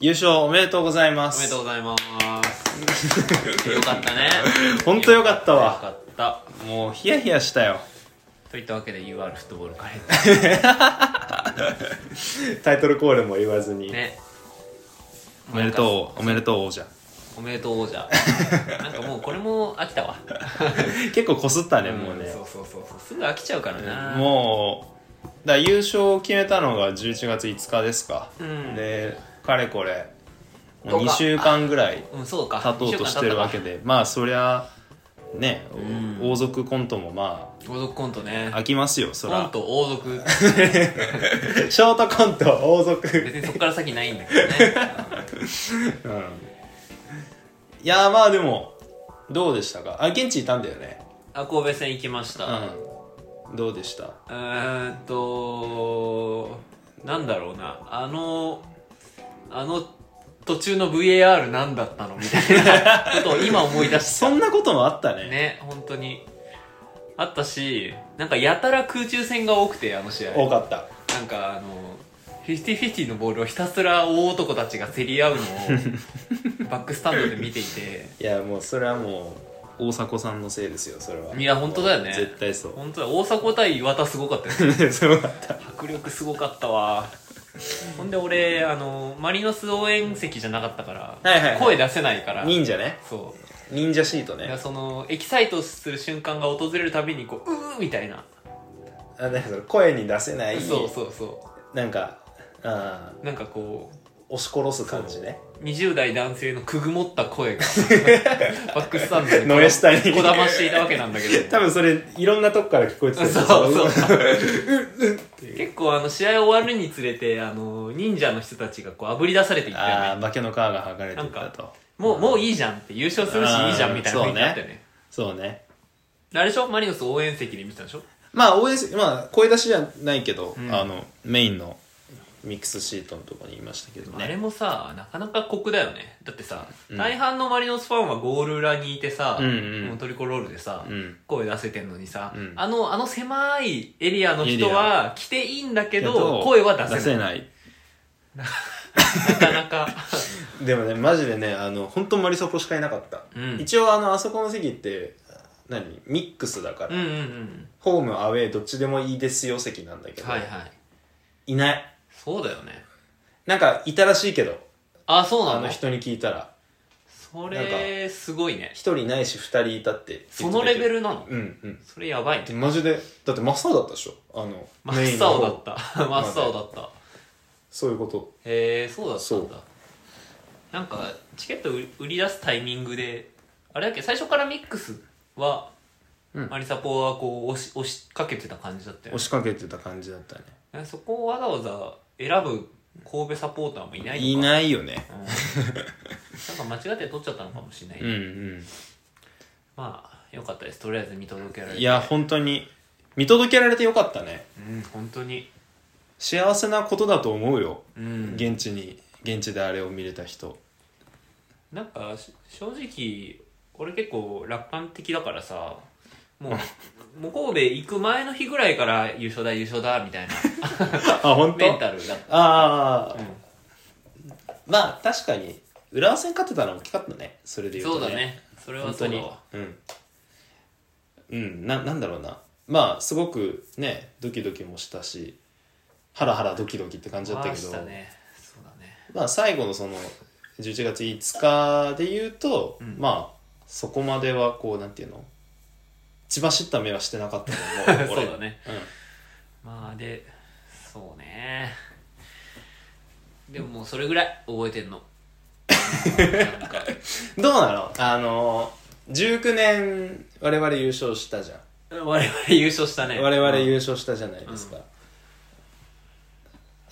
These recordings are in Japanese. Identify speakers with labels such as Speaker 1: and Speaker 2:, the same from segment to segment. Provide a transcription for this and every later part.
Speaker 1: 優勝おめでとうございま
Speaker 2: おめですとう。ございます。よかったね。
Speaker 1: ほんとよかったわ
Speaker 2: よかった。
Speaker 1: もうヒヤヒヤしたよ。
Speaker 2: といったわけで UR フットボールカレッ
Speaker 1: タイトルコールも言わずに。
Speaker 2: ジ。ね。
Speaker 1: おめでとう、おめでとう王者。
Speaker 2: う。おめでとう王者。なんかもうこれも飽きたわ。
Speaker 1: 結構こすったね、もう
Speaker 2: うん
Speaker 1: ね
Speaker 2: そ。うそうそうそう。すぐ飽きちゃうからな。
Speaker 1: もう、だから優勝を決めたのが11月5日ですか。
Speaker 2: うん
Speaker 1: で、かれこれ、
Speaker 2: ど
Speaker 1: もう
Speaker 2: うか
Speaker 1: 2週間ぐらい
Speaker 2: うん、そうか。
Speaker 1: 経とうとしてるわけ
Speaker 2: で。
Speaker 1: で、まあそりゃ、ね、
Speaker 2: ん
Speaker 1: 王族コントもま
Speaker 2: 王族コントね
Speaker 1: あ、。飽きますよ、そ
Speaker 2: コン
Speaker 1: ら。
Speaker 2: ト王族。
Speaker 1: ショートコント、王族。
Speaker 2: 別にそこから先ないんだけどね。
Speaker 1: うん。いやーまあでも、どうでしたかあ、現地いたんだよね。
Speaker 2: あ、神戸戦行きました。
Speaker 1: うん。どうでした
Speaker 2: うーんとなんだろうなあのあの途中の VAR なんだったのみたいなことを今思い出し
Speaker 1: そんなこともあったね
Speaker 2: たね本当にあったしなんかやたら空中戦が多くてあの試合
Speaker 1: 多かった
Speaker 2: なんかあのフィフティフィティのボールをひたすら大男たちが競り合うのをバックスタンドで見ていて
Speaker 1: いやもうそれはもう大迫さんのせいですよそれはい
Speaker 2: や本当だよね
Speaker 1: 絶対 そう
Speaker 2: 本当だ大迫対岩田すごかったよね
Speaker 1: そうだった
Speaker 2: 迫力すごかったわほんで俺あのマリノス応援席じゃなかったから、
Speaker 1: はいはいはい
Speaker 2: 声出せないから
Speaker 1: 忍者ね
Speaker 2: そ
Speaker 1: 忍者シート
Speaker 2: うい
Speaker 1: ね
Speaker 2: やそのエキサイトする瞬間が訪れるたびにこううーみたいな、
Speaker 1: あなんかその声に出せない
Speaker 2: そうそうそ
Speaker 1: なんかあ
Speaker 2: うなんかこ
Speaker 1: ー押し殺す感じね
Speaker 2: う20代男性のくぐもった 声がバックスタンドに
Speaker 1: のやしたり
Speaker 2: こだましていたわけなんだけど
Speaker 1: 多分それいろんなとこから聞こえてたよ
Speaker 2: そうそう
Speaker 1: の
Speaker 2: 結構あの試合終わるにつれてあの忍者の人たちがこうあぶり出されていったよね
Speaker 1: ああ化けの皮が剥がれていった
Speaker 2: なん
Speaker 1: と
Speaker 2: もうもういいじゃんって優勝するしいいじゃんみたいな雰囲気あったよね
Speaker 1: そうね
Speaker 2: あれでしょマリノス応援席で見てたんでしょ
Speaker 1: まあ応援まあ声出しじゃないけど、
Speaker 2: うん
Speaker 1: あのメインのミックスシートのところにいましたけど
Speaker 2: あれ
Speaker 1: ね
Speaker 2: もさなかなか酷だよねだってさ、
Speaker 1: うん
Speaker 2: 大半のマリノスファンはゴール裏にいてさ、
Speaker 1: うんうん
Speaker 2: もトリコロールでさ、
Speaker 1: うん
Speaker 2: 声出せてんのにさ、
Speaker 1: うん
Speaker 2: あのあの狭いエリアの人は来ていいんだけ
Speaker 1: け
Speaker 2: ど声は出せない
Speaker 1: 出せない
Speaker 2: なかな か
Speaker 1: でもねマジでねあの本当マリソポしかいなかった、
Speaker 2: うん
Speaker 1: 一応あのあそこの席って何ミックスだから、
Speaker 2: うんうんうん
Speaker 1: ホームアウェーどっちでもいいですよ席なんだけど、
Speaker 2: はいはい
Speaker 1: いない
Speaker 2: そうだよね
Speaker 1: なんかいたらしいけど
Speaker 2: あそうな
Speaker 1: あ
Speaker 2: の
Speaker 1: の人に聞いたら
Speaker 2: そ
Speaker 1: な
Speaker 2: れすごいね
Speaker 1: 一人ないし二人いたって
Speaker 2: そのレベ
Speaker 1: ル
Speaker 2: ルなの、
Speaker 1: うんうん
Speaker 2: それやばいね
Speaker 1: でマジでだって真っ青だったでしょあのメイン
Speaker 2: 真っ
Speaker 1: の
Speaker 2: 青
Speaker 1: 方
Speaker 2: だった真っ青だった
Speaker 1: そういうこと
Speaker 2: へえそうだったん
Speaker 1: そ
Speaker 2: だなんかチケット売売り出すタイミングであれだっけ最初からミックスは、
Speaker 1: うん
Speaker 2: マリサポはこう押し押しかけてた感じだった
Speaker 1: 押
Speaker 2: よね
Speaker 1: しかけてた感じだったね
Speaker 2: えそこをわざわざ選ぶ神戸サポーターもいないのか
Speaker 1: いないよね
Speaker 2: うんなんか間違って取っちゃったのかもしれない、
Speaker 1: うんうん
Speaker 2: まあよかったですとりあえず見届けられて
Speaker 1: いや本当に見届けられてよかったね
Speaker 2: うん本当に
Speaker 1: 幸せなことだと思うよ
Speaker 2: うん
Speaker 1: 現地に現地であれを見れた人
Speaker 2: なんかし正直俺結構楽観的だからさも うもう神戸行く前の日ぐらいから優勝だ優勝だみたいな
Speaker 1: あ本
Speaker 2: メンタルだっ
Speaker 1: ああ
Speaker 2: た、、うん
Speaker 1: まあ確かに浦和戦勝てたのは大きかったねそれで言う
Speaker 2: そ
Speaker 1: と
Speaker 2: うだねそれは
Speaker 1: 本
Speaker 2: そ
Speaker 1: 当
Speaker 2: うだ
Speaker 1: に
Speaker 2: わ
Speaker 1: うん、うん、ななんだろうなまあすごくねドキドキもしたしハラハラドキドキって感じだった
Speaker 2: 回
Speaker 1: けど
Speaker 2: したねそうだね
Speaker 1: まあ最後のその11月5日で言うと、
Speaker 2: うん
Speaker 1: まあそこまではこうなんていうの血走った目はしてなかったと思
Speaker 2: そうだね、
Speaker 1: うん
Speaker 2: まあでそうねでももうそれぐらい覚えてん のなんか
Speaker 1: どうなのあの19年我々優勝したじゃん、
Speaker 2: 我々優勝したね
Speaker 1: 我々優勝したじゃないですか、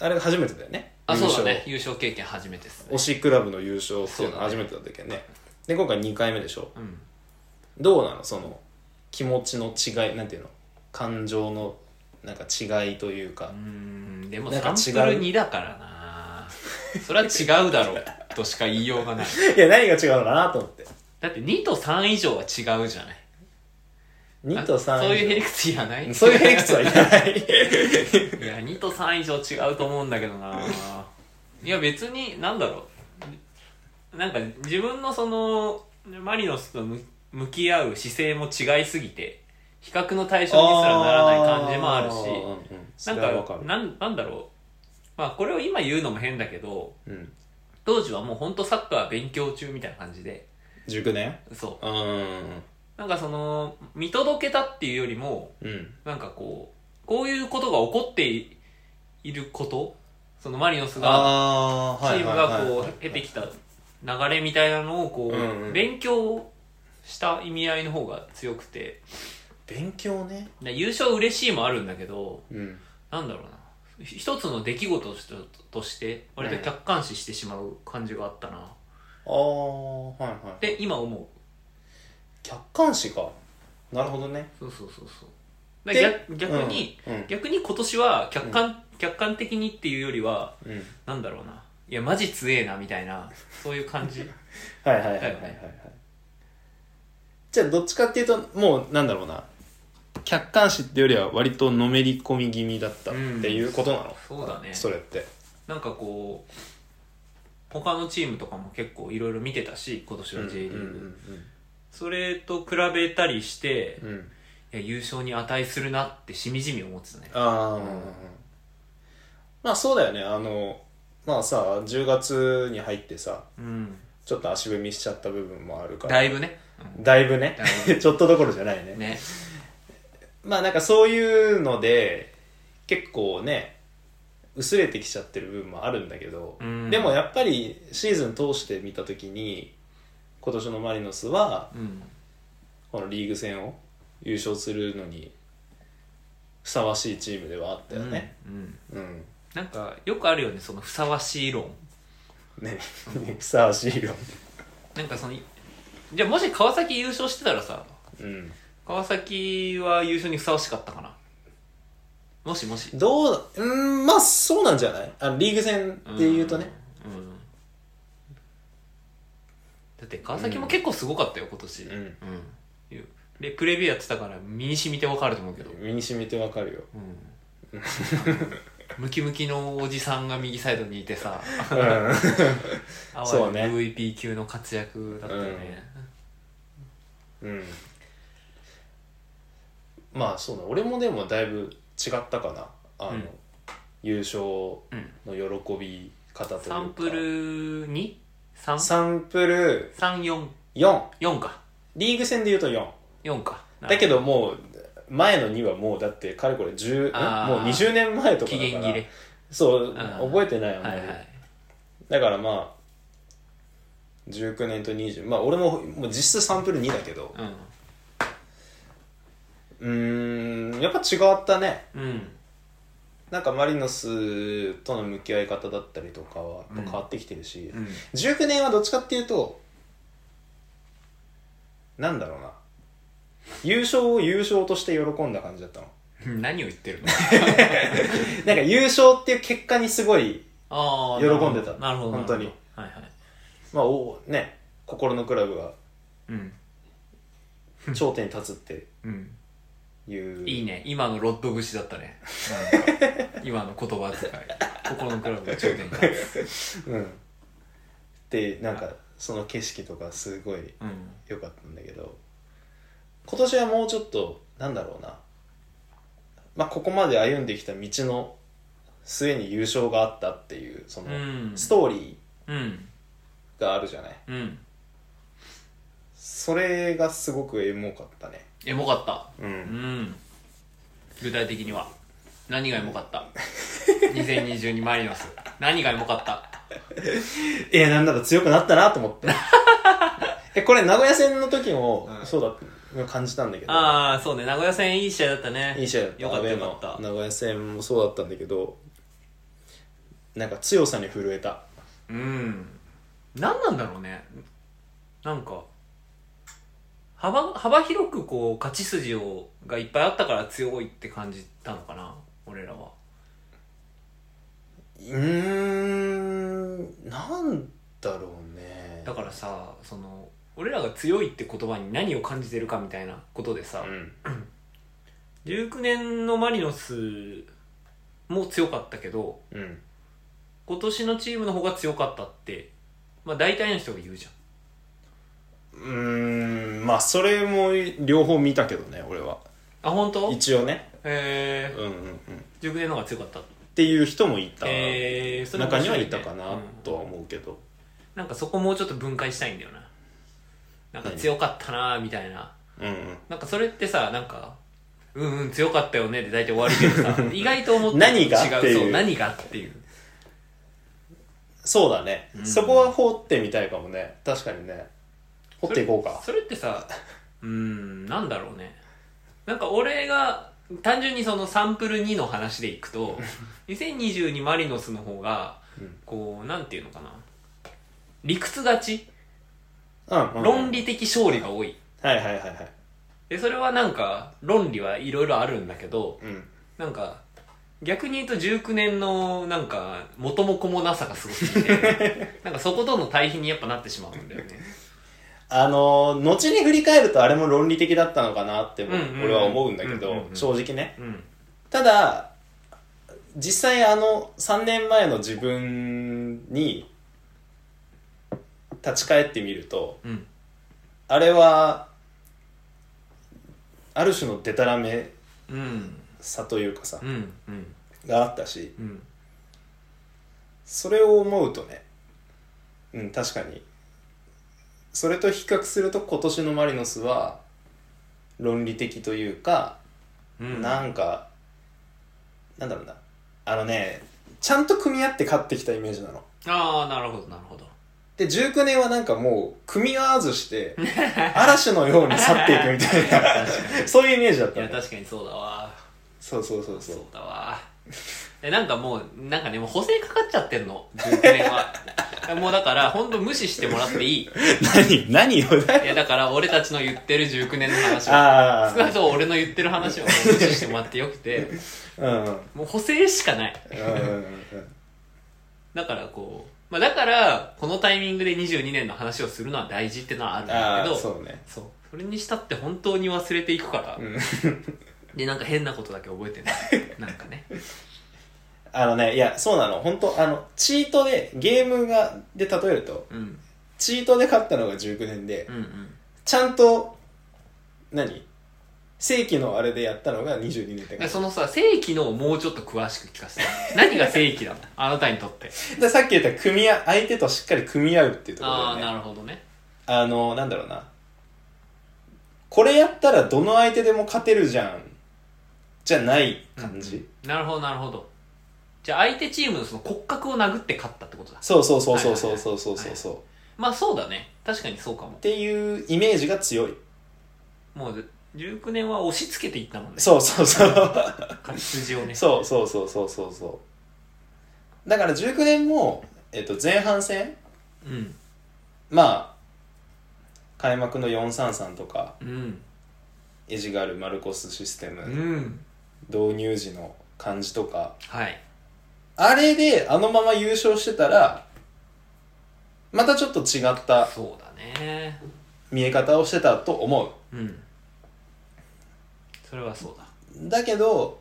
Speaker 1: あれが初めてだよね
Speaker 2: あ
Speaker 1: 優
Speaker 2: そう
Speaker 1: 勝
Speaker 2: だね優勝経験初めてですね
Speaker 1: 推しクラブの優勝っていうのは
Speaker 2: そ
Speaker 1: 初めてだったっけどねで今回2回目でしょ
Speaker 2: うん
Speaker 1: どうなのその気持ちの違いなんていうの感情のなんか違いというか
Speaker 2: うー、んでも
Speaker 1: なん
Speaker 2: サ
Speaker 1: か違う
Speaker 2: ンプル2だからなそれは違うだ ろうとしか言いようがない
Speaker 1: いや何が違うのかなと思って
Speaker 2: だって2と3以上は違うじゃない
Speaker 1: 2と3
Speaker 2: あそういうヘリクツいらない
Speaker 1: そういうヘリクス はいらない
Speaker 2: いや2と3以上違うと思うんだけどないや別になんだろうなんか自分のそのマリノスとむ向き合う姿勢も違いすぎて比較の対象にすらならない感じもあるしなん
Speaker 1: かわか
Speaker 2: か
Speaker 1: る
Speaker 2: なんなんだろうまあこれを今言うのも変だけど
Speaker 1: うん
Speaker 2: 当時はもうほんとサッカー勉強中みたいな感じで
Speaker 1: 熟年
Speaker 2: そう
Speaker 1: うんうん
Speaker 2: なんかその見届けたっていうよりも
Speaker 1: うん
Speaker 2: なんかこうこういうことが起こっていいることそのマリノスが
Speaker 1: あ
Speaker 2: チームがこう
Speaker 1: 減
Speaker 2: 経てきた流れみたいなのをこ
Speaker 1: うんう
Speaker 2: うん勉強した意味合いの方が強くて
Speaker 1: 勉強ね
Speaker 2: で優勝嬉しいもあるんだけど
Speaker 1: うん
Speaker 2: なんだろうなひ一つの出来事としてとして割と客観視してしまう感じがあったなっ
Speaker 1: ああはいはい
Speaker 2: て今思う
Speaker 1: 客観視かなるほどね
Speaker 2: そうそうそうそうだから
Speaker 1: で
Speaker 2: 逆逆に、
Speaker 1: うんうん
Speaker 2: 逆に今年は客観,、客観的にっていうよりは
Speaker 1: うん
Speaker 2: なんだろうないやマジ強えなみたいなそういう 感じ
Speaker 1: はいはいはいはいはいはいじゃあどっちかっていうともうなんだろうな客観視っていうよりは割とのめり込み気味だったっていうことなの、
Speaker 2: そうだね
Speaker 1: それって
Speaker 2: なんかこう他のチームとかも結構いろいろ見てたし今年は J リーグ、それと比べたりして
Speaker 1: う、んうんうんうん
Speaker 2: いや優勝に値するなってしみじみ思ってたね
Speaker 1: ああ、
Speaker 2: うん
Speaker 1: まあそうだよねあのまあさ10月に入ってさ
Speaker 2: うん
Speaker 1: ちょっと足踏みしちゃった部分もあるから
Speaker 2: だいぶね、
Speaker 1: だいぶね
Speaker 2: だい
Speaker 1: ちょっとどころじゃないね
Speaker 2: うん、ね
Speaker 1: まあなんかそういうので結構ね薄れてきちゃってる部分もあるんだけど、
Speaker 2: うん
Speaker 1: でもやっぱりシーズン通して見た時に今年のマリノスは
Speaker 2: うん
Speaker 1: このリーグ戦を優勝するのにふさわしいチームではあったよね。
Speaker 2: うん、うん
Speaker 1: うん
Speaker 2: なんかよくあるよねそのふさわしい論
Speaker 1: ねふさわしいよ。
Speaker 2: なんかそのじゃあもし川崎優勝してたらさ
Speaker 1: うん、
Speaker 2: 川崎は優勝にふさわしかったかなもしもし
Speaker 1: どううんまあそうなんじゃないあのリーグ戦で言うとね、
Speaker 2: うん、うんだって川崎も結構すごかったよ今年
Speaker 1: うん
Speaker 2: うんでプレビューやってたから身に染みてわかると思うけど、
Speaker 1: 身に染みてわかる よ。
Speaker 2: うん ムキムキのおじさんが右サイドにいてさあ
Speaker 1: そ
Speaker 2: わ
Speaker 1: うね
Speaker 2: ゆる MVP 級の活躍だったよね
Speaker 1: うんまあそうだ俺もでもだいぶ違ったかなあの、
Speaker 2: うん
Speaker 1: 優勝
Speaker 2: うん
Speaker 1: の喜び方というか
Speaker 2: サンプル 2?3?34
Speaker 1: サンプル4
Speaker 2: 4か
Speaker 1: リーグ戦で言うと4
Speaker 2: 4か
Speaker 1: だけどもう前の2はもうだってかれこれ10ん
Speaker 2: あー
Speaker 1: もう20年前とか
Speaker 2: 期
Speaker 1: だから
Speaker 2: 限切れ
Speaker 1: そう、
Speaker 2: ん
Speaker 1: 覚えてないあんま
Speaker 2: は
Speaker 1: り、
Speaker 2: いはい
Speaker 1: だからまあ19年と20まあ俺ももう実質サンプル2だけどうーんやっぱ違ったね
Speaker 2: うんうん
Speaker 1: なんかマリノスとの向き合い方だったりとかはやっぱ変わってきてるし、
Speaker 2: うん
Speaker 1: 19年はどっちかっていうとなんだろうな優勝を優勝として喜んだ感じだったの
Speaker 2: うん何を言ってる の
Speaker 1: なんか優勝っていう結果にすごい、
Speaker 2: ああ
Speaker 1: 喜んでた
Speaker 2: なるほど
Speaker 1: 本当に
Speaker 2: なるほどはいはい
Speaker 1: まあおね、心のクラブが
Speaker 2: うん
Speaker 1: 頂点に立つって
Speaker 2: うん
Speaker 1: いう
Speaker 2: いいね今のロッド節だった ね今の言葉遣い心のクラブの頂点が
Speaker 1: うん、ってなんかその景色とかすごい
Speaker 2: うん
Speaker 1: 良かったんだけど今年はもうちょっとなんだろうな、まあ、ここまで歩んできた道の末に優勝があったっていうその
Speaker 2: うん
Speaker 1: ストーリ
Speaker 2: うん
Speaker 1: ーがあるじゃない
Speaker 2: うん
Speaker 1: それがすごくエモかったね
Speaker 2: エモかった
Speaker 1: う
Speaker 2: うんん具体的には何がエモかった 2022マリノス何がエモか った
Speaker 1: いやなんなら強くなったなと思って えこれ名古屋戦の時も
Speaker 2: うん
Speaker 1: そうだった感じたんだけど
Speaker 2: ああそうね名古屋戦いい試合だったね
Speaker 1: いい試合だった
Speaker 2: よかっ
Speaker 1: ア
Speaker 2: た
Speaker 1: ウェー
Speaker 2: よ
Speaker 1: の
Speaker 2: かった
Speaker 1: 名古屋戦もそうだったんだけどなんか強さに震えた
Speaker 2: うん何なんだろうねなんか幅幅広くこう勝ち筋をがいっぱいあったから強いって感じたのかな俺らは
Speaker 1: うーんなんだろうね
Speaker 2: だからさその俺らが強いって言葉に何を感じてるかみたいなことでさ、
Speaker 1: うん
Speaker 2: 19年のマリノスも強かったけど
Speaker 1: うん
Speaker 2: 今年のチームの方が強かったってまあ大体の人が言うじゃん
Speaker 1: うーんまあそれも両方見たけどね俺は
Speaker 2: あ本当へ
Speaker 1: 一応ね
Speaker 2: え
Speaker 1: うんうんうんっ
Speaker 2: 熟年の方が強かった
Speaker 1: ていう人もいた、
Speaker 2: へえそれ面
Speaker 1: 中に
Speaker 2: 白
Speaker 1: はい
Speaker 2: ね
Speaker 1: いたかな
Speaker 2: うん
Speaker 1: とは思うけど、
Speaker 2: なんかそこもうちょっと分解したいんだよななんか強かったなーみたいな
Speaker 1: うん
Speaker 2: なんかそれってさなんかうんうん強かったよねで大体終わるけ どさ意外と思って
Speaker 1: 何が
Speaker 2: 違う
Speaker 1: っていう
Speaker 2: そう何がっていう
Speaker 1: そうだね、
Speaker 2: うん
Speaker 1: そこは掘ってみたいかもね確かにね掘っていこうか
Speaker 2: それそれってさうーんなんだろうねなんか俺が単純にそのサンプル2の話でい くと2022マリノスの方が
Speaker 1: うん
Speaker 2: こうなんていうのかな理屈勝ち
Speaker 1: うんうんうん
Speaker 2: 論理的勝利が多い
Speaker 1: はいはいはいはい
Speaker 2: でそれはなんか論理はいろいろあるんだけど
Speaker 1: うん
Speaker 2: なんか逆に言うと19年のなんか元も子もなさがすごす ぎてなんかそことの対比にやっぱなってしまうんだよね
Speaker 1: あのー後に振り返るとあれも論理的だったのかなっても
Speaker 2: うんうんうん
Speaker 1: 俺は思うんだけ
Speaker 2: うんう
Speaker 1: ど
Speaker 2: んうん
Speaker 1: 正直ね
Speaker 2: うん
Speaker 1: ただ実際あの3年前の自分に立ち返ってみると
Speaker 2: うん
Speaker 1: あれはある種のデタラメ
Speaker 2: うん
Speaker 1: さというかさ
Speaker 2: うんうん
Speaker 1: があったし
Speaker 2: うん
Speaker 1: それを思うとねうん確かにそれと比較すると今年のマリノスは論理的というか
Speaker 2: うん
Speaker 1: なんか、なんだろうな。あのね、ちゃんと組み合って勝ってきたイメージなの。
Speaker 2: ああなるほどなるほど
Speaker 1: で、19年はなんかもう、組み合わず して、嵐のように去っていくみたいな、
Speaker 2: 確か
Speaker 1: そういうイメージだっ
Speaker 2: にい
Speaker 1: た
Speaker 2: や
Speaker 1: の。
Speaker 2: 確かにそうだわ
Speaker 1: そうそうそうそ
Speaker 2: そう
Speaker 1: う。
Speaker 2: だわえなんかもうなんかねもう補正かかっちゃってるの19年は もうだから本当無視してもらっていい
Speaker 1: 何何を
Speaker 2: いやだから俺たちの言ってる19年の話を
Speaker 1: あ
Speaker 2: 少 なくとも俺の言ってる話を無視してもらってよくて
Speaker 1: あ、うん。うん。うん
Speaker 2: もう補正しかないだからこう、まあ、だからこのタイミングで22年の話をするのは大事ってのはあるんだ
Speaker 1: あ
Speaker 2: け
Speaker 1: あ、
Speaker 2: ど
Speaker 1: そうね。
Speaker 2: そうそれにしたって本当に忘れていくから、
Speaker 1: うん。
Speaker 2: でなんか変なことだけ覚えて ないなんかね
Speaker 1: あのね、いや、そうなの。本当あの、チートで、ゲームが、で例えると、
Speaker 2: うん
Speaker 1: チートで勝ったのが19年で
Speaker 2: う、んうん
Speaker 1: ちゃんと、何正規のあれでやったのが22年って
Speaker 2: で
Speaker 1: 感じ。
Speaker 2: そのさ正規のをもうちょっと詳しく聞かせて何が正 規なのあなたにとって
Speaker 1: でさっき言った組み合う、相手としっかり組み合うっていうところだ
Speaker 2: あ
Speaker 1: よ
Speaker 2: あ
Speaker 1: ね。
Speaker 2: な
Speaker 1: あ
Speaker 2: るほどね
Speaker 1: の、なんだろうな。これやったらどの相手でも勝てるじゃん。じゃない感じ。
Speaker 2: うんなるほどなるほどじゃあ相手チームのその骨格を殴って勝ったってことだ
Speaker 1: そうそうそうそうそうそうそうそう。
Speaker 2: まあそうだね確かにそうかも
Speaker 1: っていうイメージが強い。
Speaker 2: もう19年は押し付けていったもんね
Speaker 1: そうそう そう。
Speaker 2: 勝ち筋をね
Speaker 1: そうそうそうそうそうそう。だから19年も、えっと、前半戦、
Speaker 2: うん
Speaker 1: まあ、開幕の433とか、
Speaker 2: うん
Speaker 1: エジガル・マルコスシステ
Speaker 2: う
Speaker 1: ム
Speaker 2: ん
Speaker 1: 導入時の感じとか
Speaker 2: はい
Speaker 1: あれであのまま優勝してたらまたちょっと違った
Speaker 2: そうだね
Speaker 1: 見え方をしてたと思
Speaker 2: うんそれはそうだ
Speaker 1: うだけど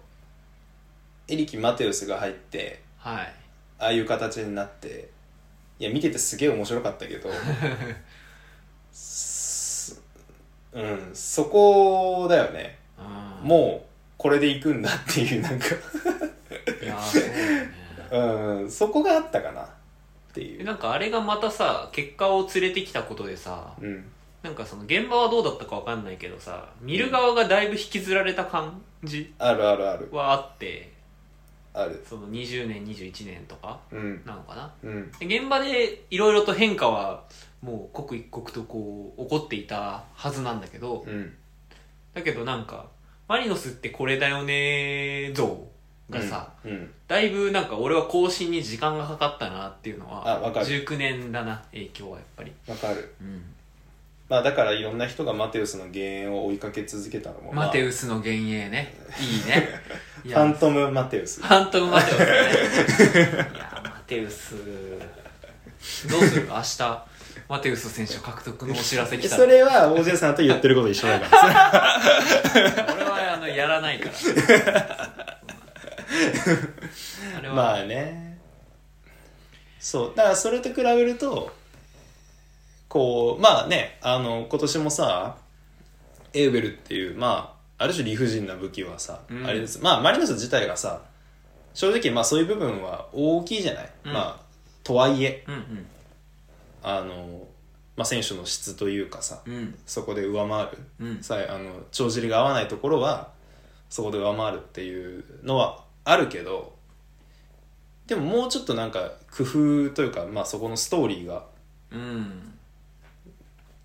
Speaker 1: エリキ・マテウスが入って
Speaker 2: はい
Speaker 1: ああいう形になっていや見ててすげえ面白かったけどすうんそこだよね
Speaker 2: うん
Speaker 1: もうこれでいくんだっていうなんか
Speaker 2: いやーそうだよね
Speaker 1: うんそこがあったかなっていう、
Speaker 2: えなんかあれがまたさ結果を連れてきたことでさ
Speaker 1: うん、
Speaker 2: なんかその現場はどうだったかわかんないけどさ見る側がだいぶ引きずられた感じ
Speaker 1: あるあるある
Speaker 2: はあって
Speaker 1: ある
Speaker 2: その20年21年とか
Speaker 1: うん
Speaker 2: なのかな
Speaker 1: うん
Speaker 2: で現場でいろいろと変化はもう刻一刻とこう起こっていたはずなんだけど
Speaker 1: うん
Speaker 2: だけどなんかマリノスってこれだよね像がさ、
Speaker 1: うん
Speaker 2: だいぶなんか俺は更新に時間がかかったなっていうのは
Speaker 1: あわかる
Speaker 2: 19年だな影響はやっぱり
Speaker 1: わかる
Speaker 2: うん
Speaker 1: まあだからいろんな人がマテウスの減塩を追いかけ続けたのも、まあ
Speaker 2: マテウスの幻影ね。い いね。い
Speaker 1: ファン
Speaker 2: や、
Speaker 1: トムマテウス
Speaker 2: ファントムマテウスね。 いや、マテウス。どうする明日、マテウス選手獲得のお知らせ来たら
Speaker 1: そ。れは OJ さんと言ってること一緒だ から
Speaker 2: 俺はあの、やらないから。 あれは、
Speaker 1: まあねそうだからそれと比べるとこうまあねあの今年もさエーベルっていうまあある種理不尽な武器はさ、
Speaker 2: うん
Speaker 1: あれですまあマリノス自体がさ正直まあそういう部分は大きいじゃない、
Speaker 2: うん
Speaker 1: まあとはいえ
Speaker 2: うんうん
Speaker 1: あの、まあ、選手の質というかさ
Speaker 2: うん
Speaker 1: そこで上回る
Speaker 2: うん
Speaker 1: さあの帳尻が合わないところはそこで上回るっていうのはあるけどでももうちょっとなんか工夫というか、まあ、そこのストーリーが
Speaker 2: うん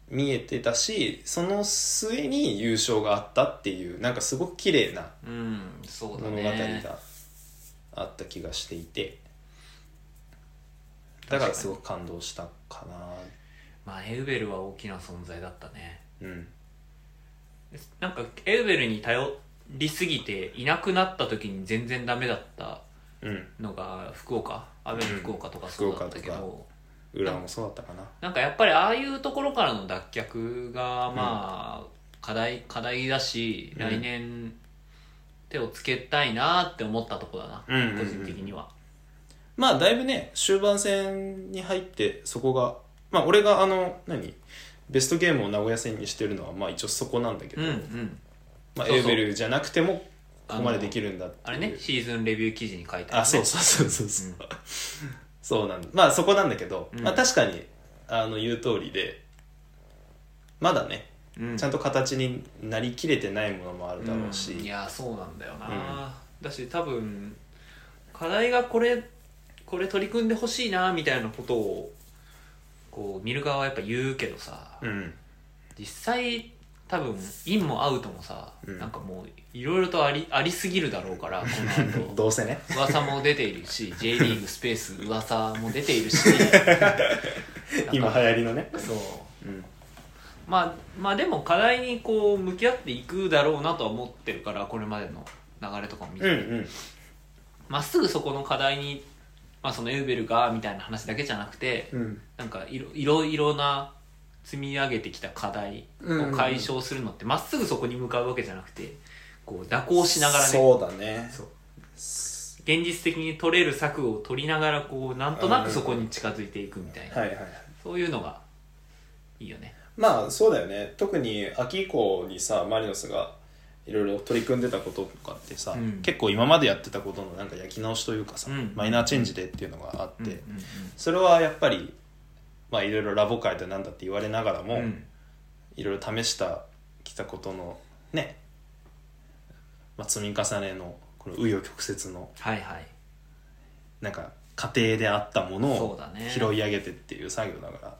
Speaker 1: 見えてたしその末に優勝があったっていうなんかすごく綺麗な
Speaker 2: うんそうだ
Speaker 1: 物語
Speaker 2: ね
Speaker 1: があった気がしていてだからすごく感動したか
Speaker 2: まあエウベルは大きな存在だったね
Speaker 1: なうん
Speaker 2: なんかエウベルに頼りすぎていなくなった時に全然ダメだった
Speaker 1: うん
Speaker 2: のが福岡雨の福岡とかそうだった
Speaker 1: 福
Speaker 2: けど、
Speaker 1: 裏もそうだったかな
Speaker 2: なんかやっぱりああいうところからの脱却がまあ、課題課題だし
Speaker 1: うん
Speaker 2: 来年手をつけたいなって思ったとこだな、
Speaker 1: うんうんうん
Speaker 2: 個人的には
Speaker 1: まあだいぶね終盤戦に入ってそこがまあ俺があの何ベストゲームを名古屋戦にしてるのはまあ一応そこなんだけ
Speaker 2: う
Speaker 1: ど、
Speaker 2: んうん
Speaker 1: まあ、
Speaker 2: そう
Speaker 1: エー
Speaker 2: そう
Speaker 1: ベルじゃなくてもここまででき
Speaker 2: る
Speaker 1: るんだっていう
Speaker 2: あれねシーズンレビュー記事に書いてある、ね、
Speaker 1: あそうそうそうそうそう、そうなんまあそこなんだけど、
Speaker 2: うん
Speaker 1: まあ確かにあの言う通りでまだね
Speaker 2: う、うん、
Speaker 1: ちゃんと形になりきれてないものもあるだろうし、
Speaker 2: うんいやそうなんだよな、
Speaker 1: うん
Speaker 2: だし多分課題がこれこれ取り組んでほしいなみたいなことをこう見る側はやっぱ言うけどさ、
Speaker 1: うん
Speaker 2: 実際多分インもアウトもさ、
Speaker 1: うん
Speaker 2: なんかもういろいろとありありすぎるだろうからこの 後
Speaker 1: どうせね
Speaker 2: 噂も出ているし J リーグスペース噂も出てい るし
Speaker 1: 今流行りのね、
Speaker 2: そう
Speaker 1: うん、
Speaker 2: まあ、まあでも課題にこう向き合っていくだろうなとは思ってるからこれまでの流れとかも見て
Speaker 1: うんうん
Speaker 2: まっすぐそこの課題に、まあ、そのエウベルがみたいな話だけじゃなくて
Speaker 1: うん
Speaker 2: なんかいろいろいろな積み上げてきた課題を解消するのってまっすぐそこに向かうわけじゃなくてこう蛇行しながらね
Speaker 1: そうだね
Speaker 2: そう現実的に取れる策を取りながらこうなんとなくそこに近づいていくみたいな
Speaker 1: はいはいはい
Speaker 2: そういうのがいいよね
Speaker 1: まあそうだよね特に秋以降にさマリノスがいろいろ取り組んでたこととかってさ、
Speaker 2: うん
Speaker 1: 結構今までやってたことのなんか焼き直しというかさ、
Speaker 2: うん
Speaker 1: マイナーチェンジでっていうのがあっ
Speaker 2: うん
Speaker 1: て、それはやっぱりまあいろいろラボ会となんだって言われながら
Speaker 2: うん
Speaker 1: もいろいろ試したきたことのね、まあ、積み重ねのこの紆余曲折の
Speaker 2: はいはい
Speaker 1: なんか過程であったもの
Speaker 2: そう
Speaker 1: を
Speaker 2: だね
Speaker 1: 拾い上げてっていう作業だから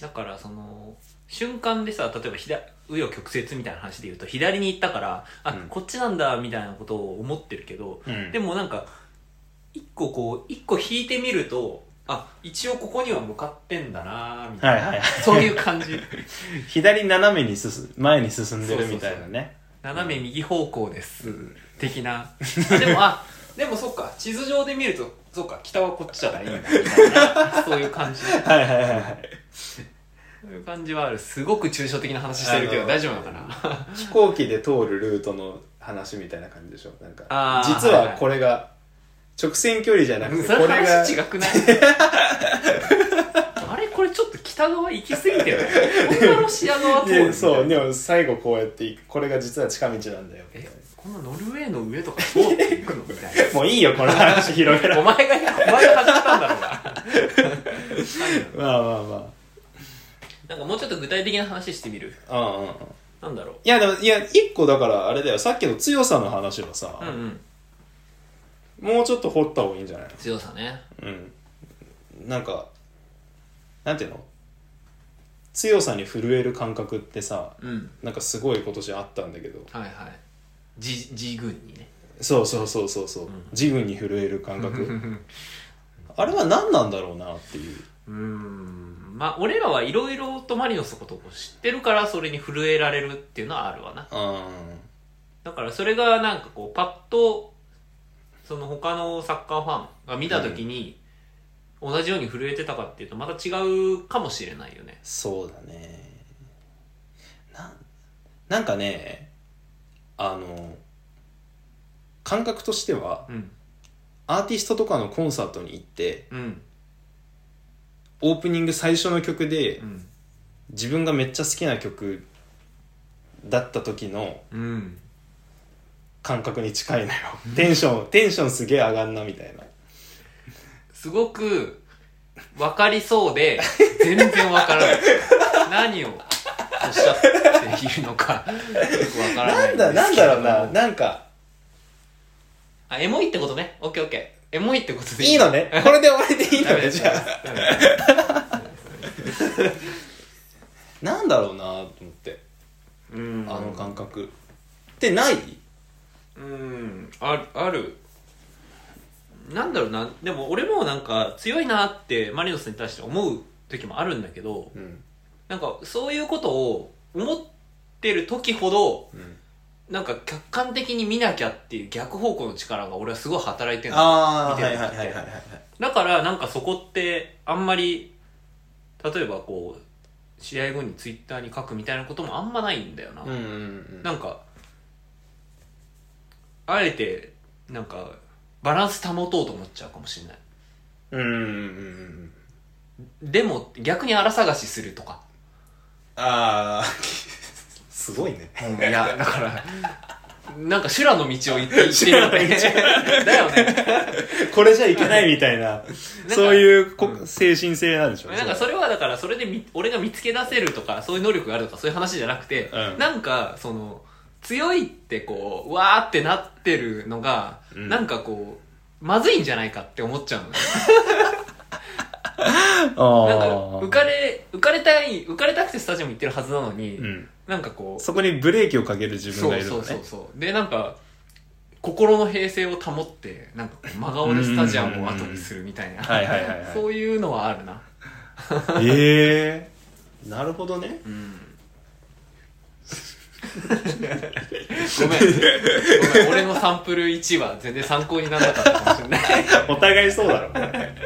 Speaker 2: だからその瞬間でさ例えば左紆余曲折みたいな話で言うと左に行ったからあ、
Speaker 1: うん
Speaker 2: こっちなんだみたいなことを思ってるけど、
Speaker 1: うん
Speaker 2: でもなんか一個こう一個引いてみるとあ一応ここには向かってんだなみた
Speaker 1: は
Speaker 2: いな、
Speaker 1: いはいはい
Speaker 2: そういう 感じ
Speaker 1: 左斜めに進む前に進んでるみたいなね
Speaker 2: 斜め右方向です、的 なあでもあでもそっか地図上で見るとそっか北はこっちじゃないんだみたい なそういう感じ
Speaker 1: はいはいはいはい
Speaker 2: そういう感じはあるすごく抽象的な話してるけ
Speaker 1: あ
Speaker 2: ど
Speaker 1: の
Speaker 2: 大丈夫なのかな
Speaker 1: 飛行機で通るルートの話みたいな感じでしょなんか
Speaker 2: あー
Speaker 1: 実
Speaker 2: はい
Speaker 1: は
Speaker 2: はい
Speaker 1: これが直線距離じゃなくて
Speaker 2: それ
Speaker 1: これが
Speaker 2: 話違くない あれこれちょっと北側行き過ぎてないこんなロシア側通るみたい
Speaker 1: ね
Speaker 2: な
Speaker 1: そうでも最後こうやって行くこれが実は近道なんだよみた
Speaker 2: え
Speaker 1: い
Speaker 2: こんなノルウェーの上とか通っていくのみたいな
Speaker 1: なもういいよこの話広げろ
Speaker 2: お前がお前が始めたんだろうな
Speaker 1: まあまあま
Speaker 2: なんかもうちょっと具体的な話してみる
Speaker 1: あうんうんうん
Speaker 2: なんだろ
Speaker 1: いやでもいや一個だからあれだよさっきの強さの話はさ
Speaker 2: う、うんうん
Speaker 1: もうちょっと掘った方がいいんじゃない
Speaker 2: 強さね
Speaker 1: うんなんかなんていうの強さに震える感覚ってさ
Speaker 2: うん
Speaker 1: なんかすごい今年あったんだけど
Speaker 2: はいはい自自軍にね
Speaker 1: そうそうそうそうそう、
Speaker 2: ん
Speaker 1: 自分に震える感
Speaker 2: う
Speaker 1: 覚
Speaker 2: ん
Speaker 1: あれは何なんだろうなっていう
Speaker 2: うんまあ俺らはいろいろとマリノスのことを知ってるからそれに震えられるっていうのはあるわな
Speaker 1: う
Speaker 2: だからそれがなんかこうパッとその他のサッカーファンが見た時に同じように震えてたかっていうとまた違うかもしれないよね
Speaker 1: そうだねなんなんかねあの感覚としては
Speaker 2: うん
Speaker 1: アーティストとかのコンサートに行って
Speaker 2: うん
Speaker 1: オープニング最初の曲で
Speaker 2: うん
Speaker 1: 自分がめっちゃ好きな曲だった時の
Speaker 2: うん
Speaker 1: 感覚に近いのよテンションテンションすげえ上がんなみたいな
Speaker 2: すごく分かりそうで全然分から ない何をおっしゃっているのかよく分からな
Speaker 1: ないん
Speaker 2: んです
Speaker 1: だ
Speaker 2: けれど
Speaker 1: な
Speaker 2: も
Speaker 1: んだろうななんか
Speaker 2: あエモいってことねオッケーオッケーエモいってことで
Speaker 1: いいのねこれで終わりでいいの
Speaker 2: ダメ
Speaker 1: ね
Speaker 2: です
Speaker 1: じ
Speaker 2: ダ
Speaker 1: ゃ
Speaker 2: メ
Speaker 1: あ
Speaker 2: ですダメです
Speaker 1: なんだろうなと思って
Speaker 2: うん
Speaker 1: あの感覚ってない
Speaker 2: うんあるあるなんだろうなでも俺もなんか強いなってマリノスに対して思う時もあるんだけど
Speaker 1: うん
Speaker 2: なんかそういうことを思ってる時ほど
Speaker 1: うん
Speaker 2: なんか客観的に見なきゃっていう逆方向の力が俺はすごい働いてるの
Speaker 1: ああ
Speaker 2: 見
Speaker 1: は
Speaker 2: て
Speaker 1: い
Speaker 2: る
Speaker 1: はいはいはいはい
Speaker 2: だからなんかそこってあんまり例えばこう試合後にツイッターに書くみたいなこともあんまないんだよな、
Speaker 1: うんうんうん
Speaker 2: なんかあえてなんかバランス保とうと思っちゃうかもしれない
Speaker 1: うんうんうんうん
Speaker 2: でも逆に荒探しするとか
Speaker 1: ああ すごいね
Speaker 2: いやだからなんか修羅の道を行って 行ってるよねだよね
Speaker 1: これじゃいけないみたいなそういうこ
Speaker 2: うん
Speaker 1: 精神性なんでしょ
Speaker 2: なんかそれはだからそれでみ俺が見つけ出せるとかそういう能力があるとかそういう話じゃなくて、
Speaker 1: うん
Speaker 2: なんかその強いってこううわーってなってるのが、
Speaker 1: うん
Speaker 2: なんかこうまずいんじゃないかって思っちゃうのなんか浮かれ浮かれたい浮かれたくてスタジアム行ってるはずなのに、
Speaker 1: うん、
Speaker 2: なんかこう
Speaker 1: そこにブレーキをかける自分
Speaker 2: そ
Speaker 1: が
Speaker 2: う
Speaker 1: いる
Speaker 2: そ
Speaker 1: の
Speaker 2: う
Speaker 1: ね
Speaker 2: そうそうでなんか心の平静を保ってなんかこう真顔でスタジアムを後にするみたいな
Speaker 1: はいはいはいはい
Speaker 2: そういうのはあるな
Speaker 1: ええなるほどね
Speaker 2: うんごめんごめん俺のサンプル1は全然参考にならなかったかもしれない
Speaker 1: お互いそうだろうね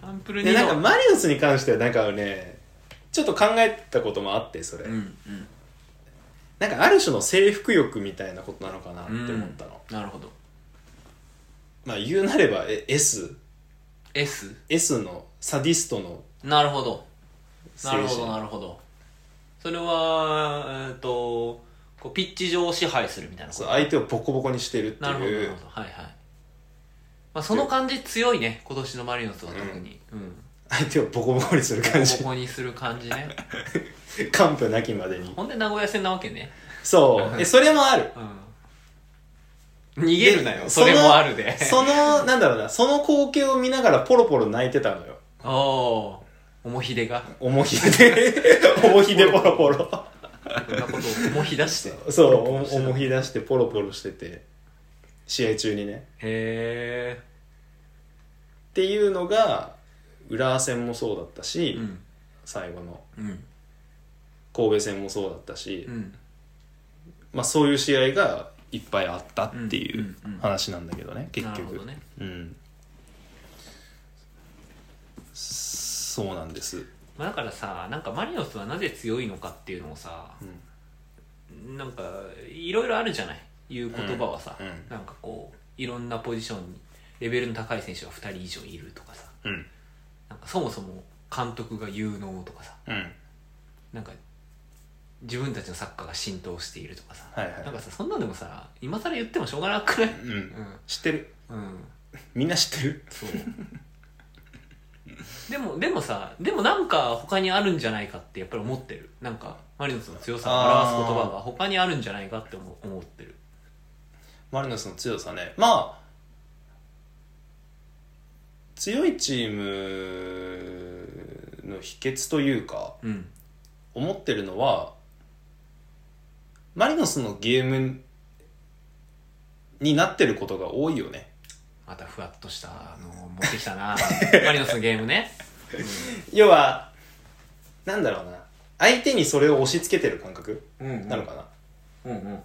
Speaker 2: サンプル
Speaker 1: でなん
Speaker 2: 2
Speaker 1: か
Speaker 2: の
Speaker 1: マリノスに関してはなんかねちょっと考えたこともあってそれ、
Speaker 2: うん
Speaker 1: なんかある種の征服欲みたいなことなのかなって思ったの、
Speaker 2: うんなるほど
Speaker 1: まあ言うなればえ S
Speaker 2: S?
Speaker 1: S のサディストの
Speaker 2: なるほど
Speaker 1: 精
Speaker 2: な
Speaker 1: 神
Speaker 2: るほどなるほどそれはえーっとこうピッチ上を支配するみたいなこと
Speaker 1: そう相手をボコボコにしてるって
Speaker 2: なるほどないる
Speaker 1: う
Speaker 2: ほどはいはい、まあ、その感じ強いね今年のマリノスは特にうん、
Speaker 1: 相手をボコボコにする感
Speaker 2: こ
Speaker 1: じ
Speaker 2: こにする感じね
Speaker 1: 完膚なきまでに
Speaker 2: ほんで名古屋戦なわけね
Speaker 1: そうえそれもある
Speaker 2: うん逃げるなよ
Speaker 1: で
Speaker 2: それもあるで
Speaker 1: そのなんだろうなその光景を見ながらポロポロ泣いてたのよ
Speaker 2: お おー重ひでが
Speaker 1: 重ひ で重ひでポロポロ
Speaker 2: こんなことを重ひ出して へ
Speaker 1: そうお重ひ出してポロポロしてて試合中にね
Speaker 2: え
Speaker 1: っていうのが浦和戦もそうだったし、
Speaker 2: うん
Speaker 1: 最後の
Speaker 2: うん
Speaker 1: 神戸戦もそうだったし、
Speaker 2: うん
Speaker 1: まあ、そういう試合がいっぱいあったっていうん
Speaker 2: うんうん
Speaker 1: 話なんだけどね、結
Speaker 2: なるほ
Speaker 1: 局
Speaker 2: どね
Speaker 1: うんそうなんです、
Speaker 2: まあ、だからさなんかマリノスはなぜ強いのかっていうのをさ
Speaker 1: うん
Speaker 2: なんかいろいろあるじゃないいう言葉はさ、
Speaker 1: うん
Speaker 2: なんかこういろんなポジションにレベルの高い選手が2人以上いるとかさ
Speaker 1: うん
Speaker 2: なんかそもそも監督が有能とかさ
Speaker 1: うん
Speaker 2: なんか自分たちのサッカーが浸透しているとかさ、
Speaker 1: はいはい
Speaker 2: なんかさそんなのでもさ今更言ってもしょうがなくない
Speaker 1: うん
Speaker 2: う
Speaker 1: 知ってる
Speaker 2: んうん
Speaker 1: みんな知ってる
Speaker 2: そう でもでもさでもなんか他にあるんじゃないかってやっぱり思ってるなんかマリノスの強さを表す言葉が他にあるんじゃないかって思思ってる
Speaker 1: マリノスの強さねまあ強いチームの秘訣というか
Speaker 2: うん
Speaker 1: 思ってるのはマリノスのゲームになってることが多いよね
Speaker 2: またふわっとしたのを持ってきた なマリノスのゲームね、
Speaker 1: 要はなんだろうな相手にそれを押し付けてる感覚
Speaker 2: うんうん
Speaker 1: なのかな、
Speaker 2: うんうん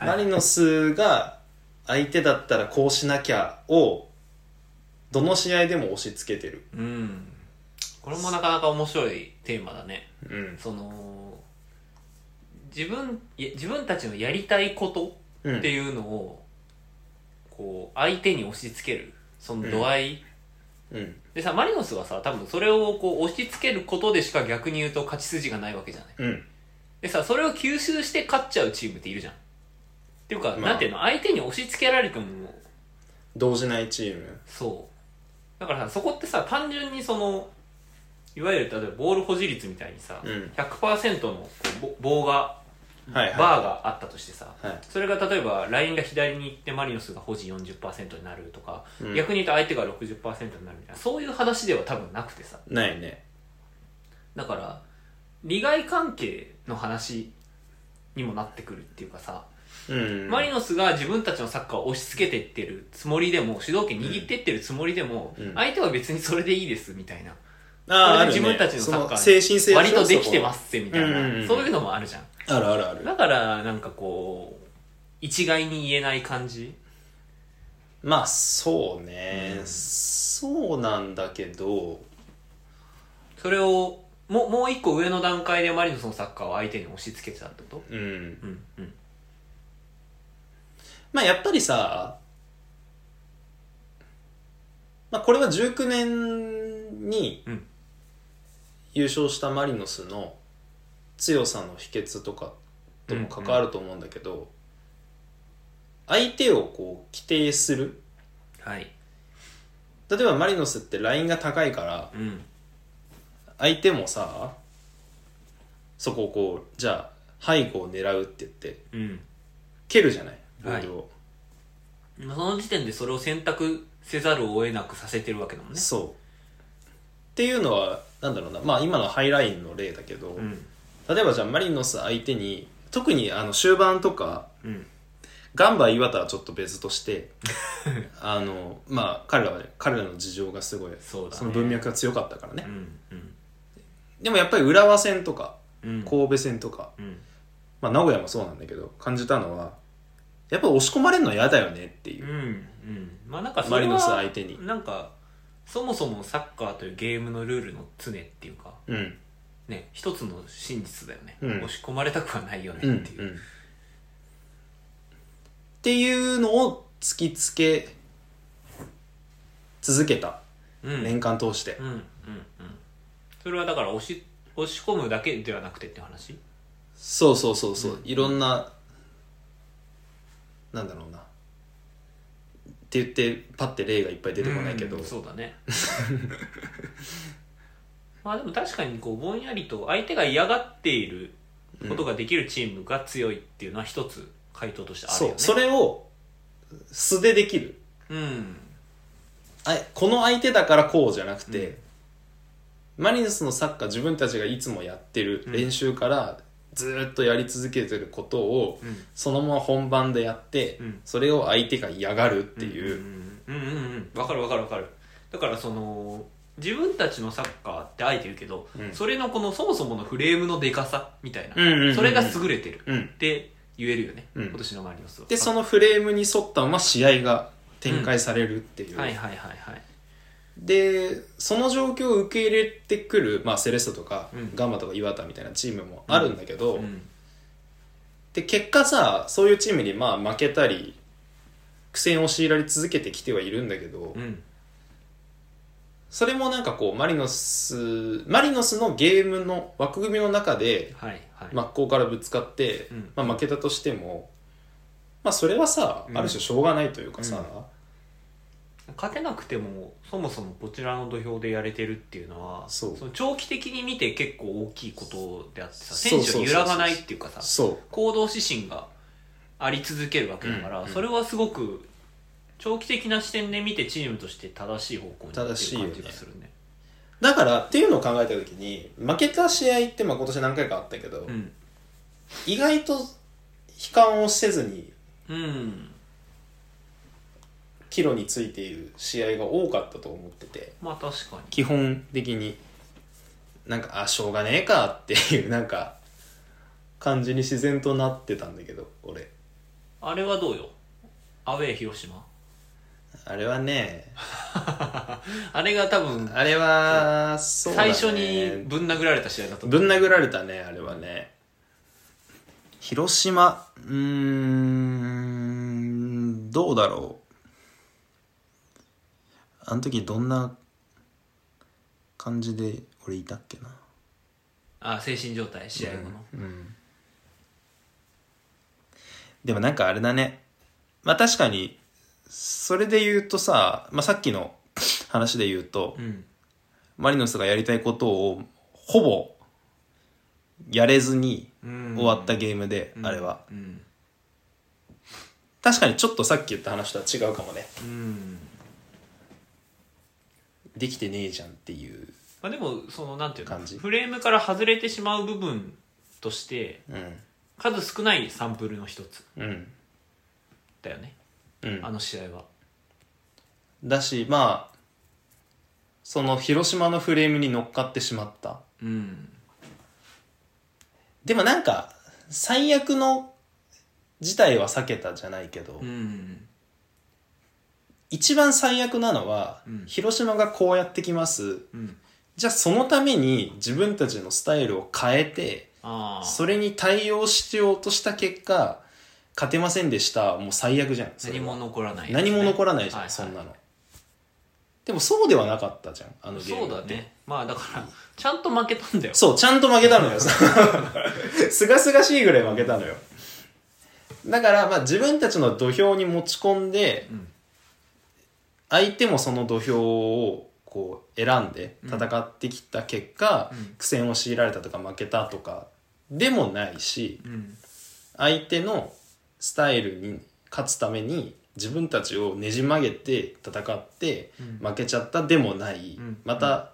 Speaker 1: マリノスが相手だったらこうしなきゃをどの試合でも押し付けてる、
Speaker 2: うんこれもなかなか面白いテーマだね
Speaker 1: うん
Speaker 2: その自分いや自分たちのやりたいこと
Speaker 1: うん、
Speaker 2: っていうのをこう相手に押し付けるその度合い
Speaker 1: うん
Speaker 2: でさマリノスはさ多分それをこう押し付けることでしか逆に言うと勝ち筋がないわけじゃない
Speaker 1: うん
Speaker 2: でさそれを吸収して勝っちゃうチームっているじゃんっていうか、
Speaker 1: まあ
Speaker 2: なんていうの相手に押し付けられても
Speaker 1: 動じないチーム
Speaker 2: そうだからさそこってさ単純にそのいわゆる例えばボール保持率みたいにさ、
Speaker 1: うん
Speaker 2: 100%のこうぼ棒が
Speaker 1: はい
Speaker 2: バー
Speaker 1: は
Speaker 2: があったとしてさ、
Speaker 1: いはい
Speaker 2: それが例えばラインが左に行ってマリノスが保持40%になるとか、
Speaker 1: うん
Speaker 2: 逆に言うと相手が60%になるみたいなそういう話では多分なくてさ
Speaker 1: ないね
Speaker 2: だから利害関係の話にもなってくるっていうかさ、
Speaker 1: うん
Speaker 2: マリノスが自分たちのサッカーを押し付けてってるつもりでも主導権握ってってるつもりでも、
Speaker 1: うん
Speaker 2: 相手は別にそれでいいですみたいな、
Speaker 1: ああ
Speaker 2: これで自分たちのサッカーに
Speaker 1: そ精神性
Speaker 2: 割とできてますすぜみたいな、
Speaker 1: うんうんうん
Speaker 2: そういうのもあるじゃん
Speaker 1: あるあるある
Speaker 2: だからなんかこう一概に言えない感じ
Speaker 1: まあそうね、
Speaker 2: うん
Speaker 1: そうなんだけど
Speaker 2: それをもうもう一個上の段階でマリノスのサッカーを相手に押し付けてたってこ
Speaker 1: う
Speaker 2: と
Speaker 1: ん
Speaker 2: うんうん
Speaker 1: まあやっぱりさ、まあ、これは19年に
Speaker 2: うん
Speaker 1: 優勝したマリノスの強さの秘訣とかとも関わると思うんだけど、相手をこう規定する
Speaker 2: はい
Speaker 1: 例えばマリノスってラインが高いから
Speaker 2: うん
Speaker 1: 相手もさそこをこうじゃあ背後を狙うって言って
Speaker 2: うん
Speaker 1: 蹴るじゃないボールを、
Speaker 2: その時点でそれを選択せざるを得なくさせてるわけだもんね
Speaker 1: そうっていうのはなんだろうなまあ今のハイラインの例だけど、
Speaker 2: うん
Speaker 1: 例えばじゃあマリノス相手に特にあの終盤とか
Speaker 2: うん
Speaker 1: ガンバ岩田はちょっと別として あのまあ彼らは彼らの事情がすごい
Speaker 2: そうだね
Speaker 1: その文脈が強かったからね
Speaker 2: う、んうん
Speaker 1: でもやっぱり浦和戦とか
Speaker 2: うん
Speaker 1: 神戸戦とか、
Speaker 2: うん
Speaker 1: まあ、名古屋もそうなんだけど感じたのはやっぱ押し込まれるの嫌だよねっていう
Speaker 2: うんうんまあなんかそ
Speaker 1: マ
Speaker 2: れ
Speaker 1: リノス
Speaker 2: は
Speaker 1: 相手に
Speaker 2: なんかそもそもサッカーというゲームのルールの常っていうか
Speaker 1: うん
Speaker 2: ね一つの真実だよね、
Speaker 1: うん
Speaker 2: 押し込まれたくはないよね
Speaker 1: うん
Speaker 2: っていう、
Speaker 1: うんっていうのを突きつけ続けた
Speaker 2: うんうん、
Speaker 1: 年間通して、
Speaker 2: うんうんそれはだから押し押し込むだけではなくてって話
Speaker 1: そうそうそうそう、
Speaker 2: うん
Speaker 1: いろんななんだろうなって言ってパッて例がいっぱい出てこないけど、
Speaker 2: うんそうだね まあでも確かにこうぼんやりと相手が嫌がっていることができるチームが強いっていうのは一つ回答としてある
Speaker 1: そ
Speaker 2: よ
Speaker 1: う
Speaker 2: ね
Speaker 1: それを素でできる
Speaker 2: うん
Speaker 1: あこの相手だからこうじゃなくて、
Speaker 2: うん
Speaker 1: マリノスのサッカー自分たちがいつもやってる
Speaker 2: うん
Speaker 1: 練習からずーっとやり続けてることを
Speaker 2: うん
Speaker 1: そのまま本番でやって、
Speaker 2: うん
Speaker 1: それを相手が嫌がるっていう、
Speaker 2: うんうんうんうんうんわかるわかるわかるだからその自分たちのサッカーってあえて言うけど、
Speaker 1: うん
Speaker 2: それのこのそもそものフレームのでかさみたいな、
Speaker 1: うんうんうんうん
Speaker 2: それが優れてる
Speaker 1: うん
Speaker 2: って言えるよね、
Speaker 1: うん
Speaker 2: 今年のマリノスは
Speaker 1: でそのフレームに沿ったまま試合が展開されるっていう、
Speaker 2: はいはいはいはい
Speaker 1: でその状況を受け入れてくる、まあ、セレッソとか、
Speaker 2: うん
Speaker 1: ガンマとか岩田みたいなチームもあるんだけど、
Speaker 2: うん
Speaker 1: で結果さそういうチームにまあ負けたり苦戦を強いられ続けてきてはいるんだけど、
Speaker 2: うん
Speaker 1: それもなんかこうマリノスマリノスのゲームの枠組みの中で
Speaker 2: はいはい、
Speaker 1: 真っ向からぶつかって、
Speaker 2: うん
Speaker 1: まあ、負けたとしても、まあ、それはさ
Speaker 2: うん
Speaker 1: ある種しょうがないというかさ、
Speaker 2: 勝てなくてもそもそもこちらの土俵でやれてるっていうのは
Speaker 1: そう
Speaker 2: の長期的に見て結構大きいことであってさ
Speaker 1: そう
Speaker 2: 選
Speaker 1: そうそうそう
Speaker 2: 手に揺らがないっていうかさ
Speaker 1: そ
Speaker 2: 行動指針があり続けるわけだから、
Speaker 1: うんうん
Speaker 2: それはすごく長期的な視点で見てチームとして正しい方向に行ってる感じがするね
Speaker 1: うだからっていうのを考えた時に負けた試合ってまあ今年何回かあったけど、
Speaker 2: うん
Speaker 1: 意外と悲観をせずに
Speaker 2: うん
Speaker 1: 岐路についている試合が多かったと思ってて
Speaker 2: まあ確か
Speaker 1: 基本的になんかあしょうがねえかっていうなんか感じに自然となってたんだけど俺
Speaker 2: にあれはどうよアウェー広島
Speaker 1: あれはね
Speaker 2: あれが多分
Speaker 1: あれはそうだ
Speaker 2: 最
Speaker 1: ね
Speaker 2: 初にぶん殴られた試合だと思う
Speaker 1: ぶん殴られたねあれはね広島うーんどうだろうあの時どんな感じで俺いたっけな
Speaker 2: あ精神状態試合後の、
Speaker 1: うんうんでもなんかあれだねまあ確かにそれで言うとさ、まあ、さっきの話で言うと、
Speaker 2: うん
Speaker 1: マリノスがやりたいことをほぼやれずに
Speaker 2: うん
Speaker 1: 終わったゲームで、あれは
Speaker 2: うん
Speaker 1: 確かにちょっとさっき言った話とは違うかもね
Speaker 2: うん
Speaker 1: できてねえじゃんっていう
Speaker 2: まあ、でもそのなんていうの
Speaker 1: 感じ
Speaker 2: フレームから外れてしまう部分として
Speaker 1: うん
Speaker 2: 数少ないサンプルの一つ
Speaker 1: うん
Speaker 2: だよね、
Speaker 1: うん
Speaker 2: あの試合は
Speaker 1: だしまあその広島のフレームに乗っかってしまった
Speaker 2: うん
Speaker 1: でもなんか最悪の事態は避けたじゃないけど、
Speaker 2: うん
Speaker 1: 一番最悪なのは、
Speaker 2: うん
Speaker 1: 広島がこうやってきます
Speaker 2: うん
Speaker 1: じゃあそのために自分たちのスタイルを変えて
Speaker 2: ああ
Speaker 1: それに対応しようとした結果勝てませんでしたもう最悪じゃんそれ
Speaker 2: 何
Speaker 1: は
Speaker 2: も残らないやつね、
Speaker 1: 何も残らないじゃん、
Speaker 2: はは
Speaker 1: そんなのでもそうではなかったじゃんあのゲーム
Speaker 2: そうだねまあだからちゃんと負けたんだよ
Speaker 1: そう、ちゃんと負けたのよ。 すがすがしいぐらい負けたのよ。だから、まあ自分たちの土俵に持ち込んで、
Speaker 2: うん
Speaker 1: 相手もその土俵をこう選んで
Speaker 2: うん
Speaker 1: 戦ってきた結果、
Speaker 2: うん
Speaker 1: 苦戦を強いられたとか負けたとかでもないし、
Speaker 2: うん
Speaker 1: 相手のスタイルに勝つために自分たちをねじ曲げて戦って
Speaker 2: うん
Speaker 1: 負けちゃったでもない、
Speaker 2: うん
Speaker 1: また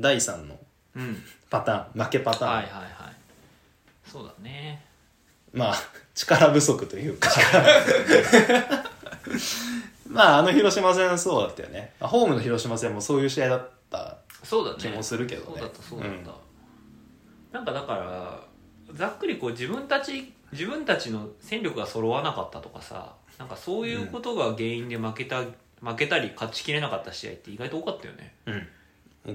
Speaker 1: 第3の
Speaker 2: うん
Speaker 1: パターン負けパターン、
Speaker 2: はいはいはいそうだね
Speaker 1: まあ、力不足というか。 まあ、あの広島戦そうだったよね。まあホームの広島戦もそういう試合だった。
Speaker 2: そうだね
Speaker 1: 気もするけどね
Speaker 2: そうだったそうだった、なんかだからざっくりこう自分たち自分たちの戦力が揃わなかったとかさなんかそういうことが原因で負けた、負けたり勝ちきれなかった試合って意外と多かったよね
Speaker 1: うん。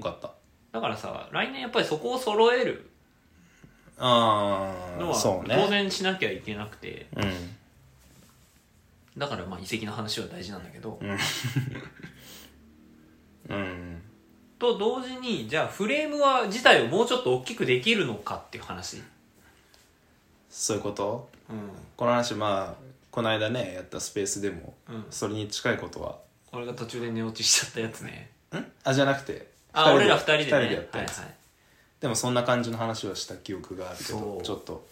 Speaker 1: 多かった。
Speaker 2: だからさ来年やっぱりそこを揃える
Speaker 1: あ
Speaker 2: の
Speaker 1: あ、
Speaker 2: は
Speaker 1: そう
Speaker 2: 当
Speaker 1: ね。
Speaker 2: 然しなきゃいけなくて、
Speaker 1: うん。
Speaker 2: だからまあ移籍の話は大事なんだけど、
Speaker 1: うん。
Speaker 2: と同時にじゃあフレームは自体をもうちょっと大きくできるのかっていう話
Speaker 1: そういうこと
Speaker 2: うん
Speaker 1: この話、まあ、この間ね、やったスペースでも、
Speaker 2: うん
Speaker 1: それに近いことは。
Speaker 2: 俺が途中で寝落ちしちゃったやつね
Speaker 1: んあ、じゃなくて。
Speaker 2: あ俺ら2人でね
Speaker 1: 二人でやった
Speaker 2: はい
Speaker 1: や
Speaker 2: は
Speaker 1: つ。
Speaker 2: い
Speaker 1: でもそんな感じの話はした記憶があるけ
Speaker 2: そ
Speaker 1: ど
Speaker 2: う
Speaker 1: ちょっと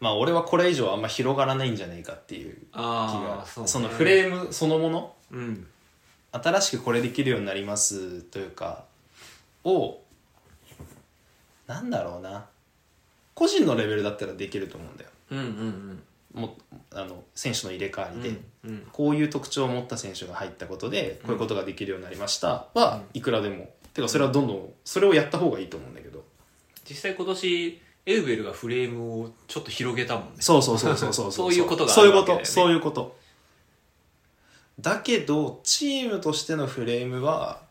Speaker 1: まあ俺はこれ以上あんま広がらないんじゃないかっていう気
Speaker 2: あ
Speaker 1: が
Speaker 2: あそう、ね、
Speaker 1: そのフレームそのもの
Speaker 2: うん
Speaker 1: 新しくこれできるようになりますというかをなんだろうな個人のレベルだったらできると思うんだよ
Speaker 2: うんうん
Speaker 1: もあの選手の入れ替わ
Speaker 2: うん
Speaker 1: りで、
Speaker 2: うんうん
Speaker 1: こういう特徴を持った選手が入ったことでこういうことができるようになりました
Speaker 2: うん
Speaker 1: は、いくらでもてかそれはどんどんそれをやった方がいいと思うんだけど
Speaker 2: 実際今年エウベルがフレームをちょっと広げたもんね
Speaker 1: そうそうそうそう そう
Speaker 2: そういうことがあ
Speaker 1: そうい
Speaker 2: る
Speaker 1: うこ
Speaker 2: わけだよ
Speaker 1: と
Speaker 2: ね
Speaker 1: そういうことだけどチームとしてのフレームは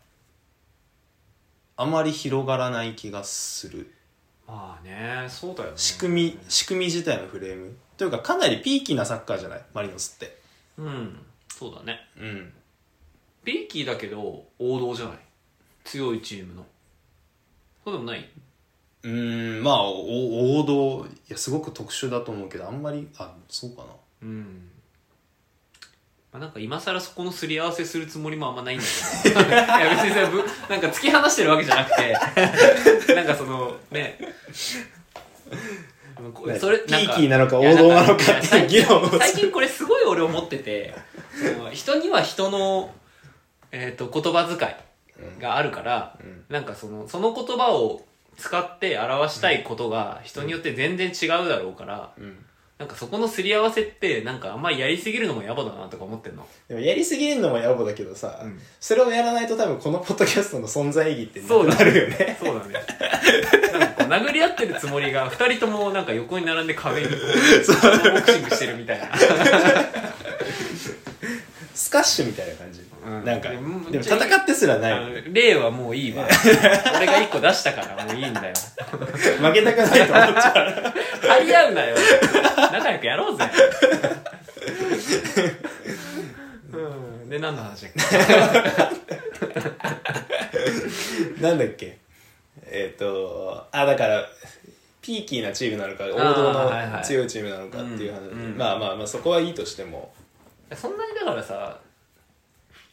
Speaker 1: あまり広がらない気がする
Speaker 2: まあねそうだよね
Speaker 1: 仕組み仕組み自体のフレームというかかなりピーキーなサッカーじゃないマリノスって
Speaker 2: うんそうだね
Speaker 1: うん
Speaker 2: ピーキーだけど王道じゃない強いチームのそうでもないう
Speaker 1: ーんまあお王道いやすごく特殊だと思うけどあんまりあそうかな
Speaker 2: うん、まあ、なんか今更そこのすり合わせするつもりもあんまないんだけど いや別にそれぶなんか突き放してるわけじゃなくて なんかそのねそれ
Speaker 1: ピ
Speaker 2: なん
Speaker 1: ー
Speaker 2: か
Speaker 1: キーなのか王道なの
Speaker 2: いや
Speaker 1: か
Speaker 2: ん
Speaker 1: っていう議論を
Speaker 2: 最近これすごい俺思っててその人には人の、えー、と言葉遣いがあるから、
Speaker 1: うん
Speaker 2: なんかそのその言葉を使って表したいことが人によって全然違うだろうから、
Speaker 1: うん
Speaker 2: なんかそこのすり合わせってなんかあんまりやりすぎるのも野暮だなとか思ってんの、
Speaker 1: でもやりすぎるのも野暮だけどさ、
Speaker 2: うん
Speaker 1: それをやらないと多分このポッドキャストの存在意義ってな
Speaker 2: そう
Speaker 1: く
Speaker 2: だ
Speaker 1: なるよね
Speaker 2: そうだねなんかこう殴り合ってるつもりが2人ともなんか横に並んで壁にこうボクシングしてるみたいな
Speaker 1: スカッシュみたいな感じ、
Speaker 2: うん
Speaker 1: なんか
Speaker 2: で
Speaker 1: で
Speaker 2: も
Speaker 1: も戦ってすら
Speaker 2: あ
Speaker 1: ない
Speaker 2: の例はもういいわ俺が1個出したからもういいんだよ
Speaker 1: 負けたくないと思っちゃう
Speaker 2: 張り合うなよ仲良くやろうぜうんで何の話だっけ
Speaker 1: なんだっけえっ、とあだからピーキーなチームなのか王道
Speaker 2: あーはいは
Speaker 1: の
Speaker 2: い
Speaker 1: 強いチームなのかっていう話、
Speaker 2: うんうん
Speaker 1: まあまあまあそこはいいとしても
Speaker 2: そんなにだからさ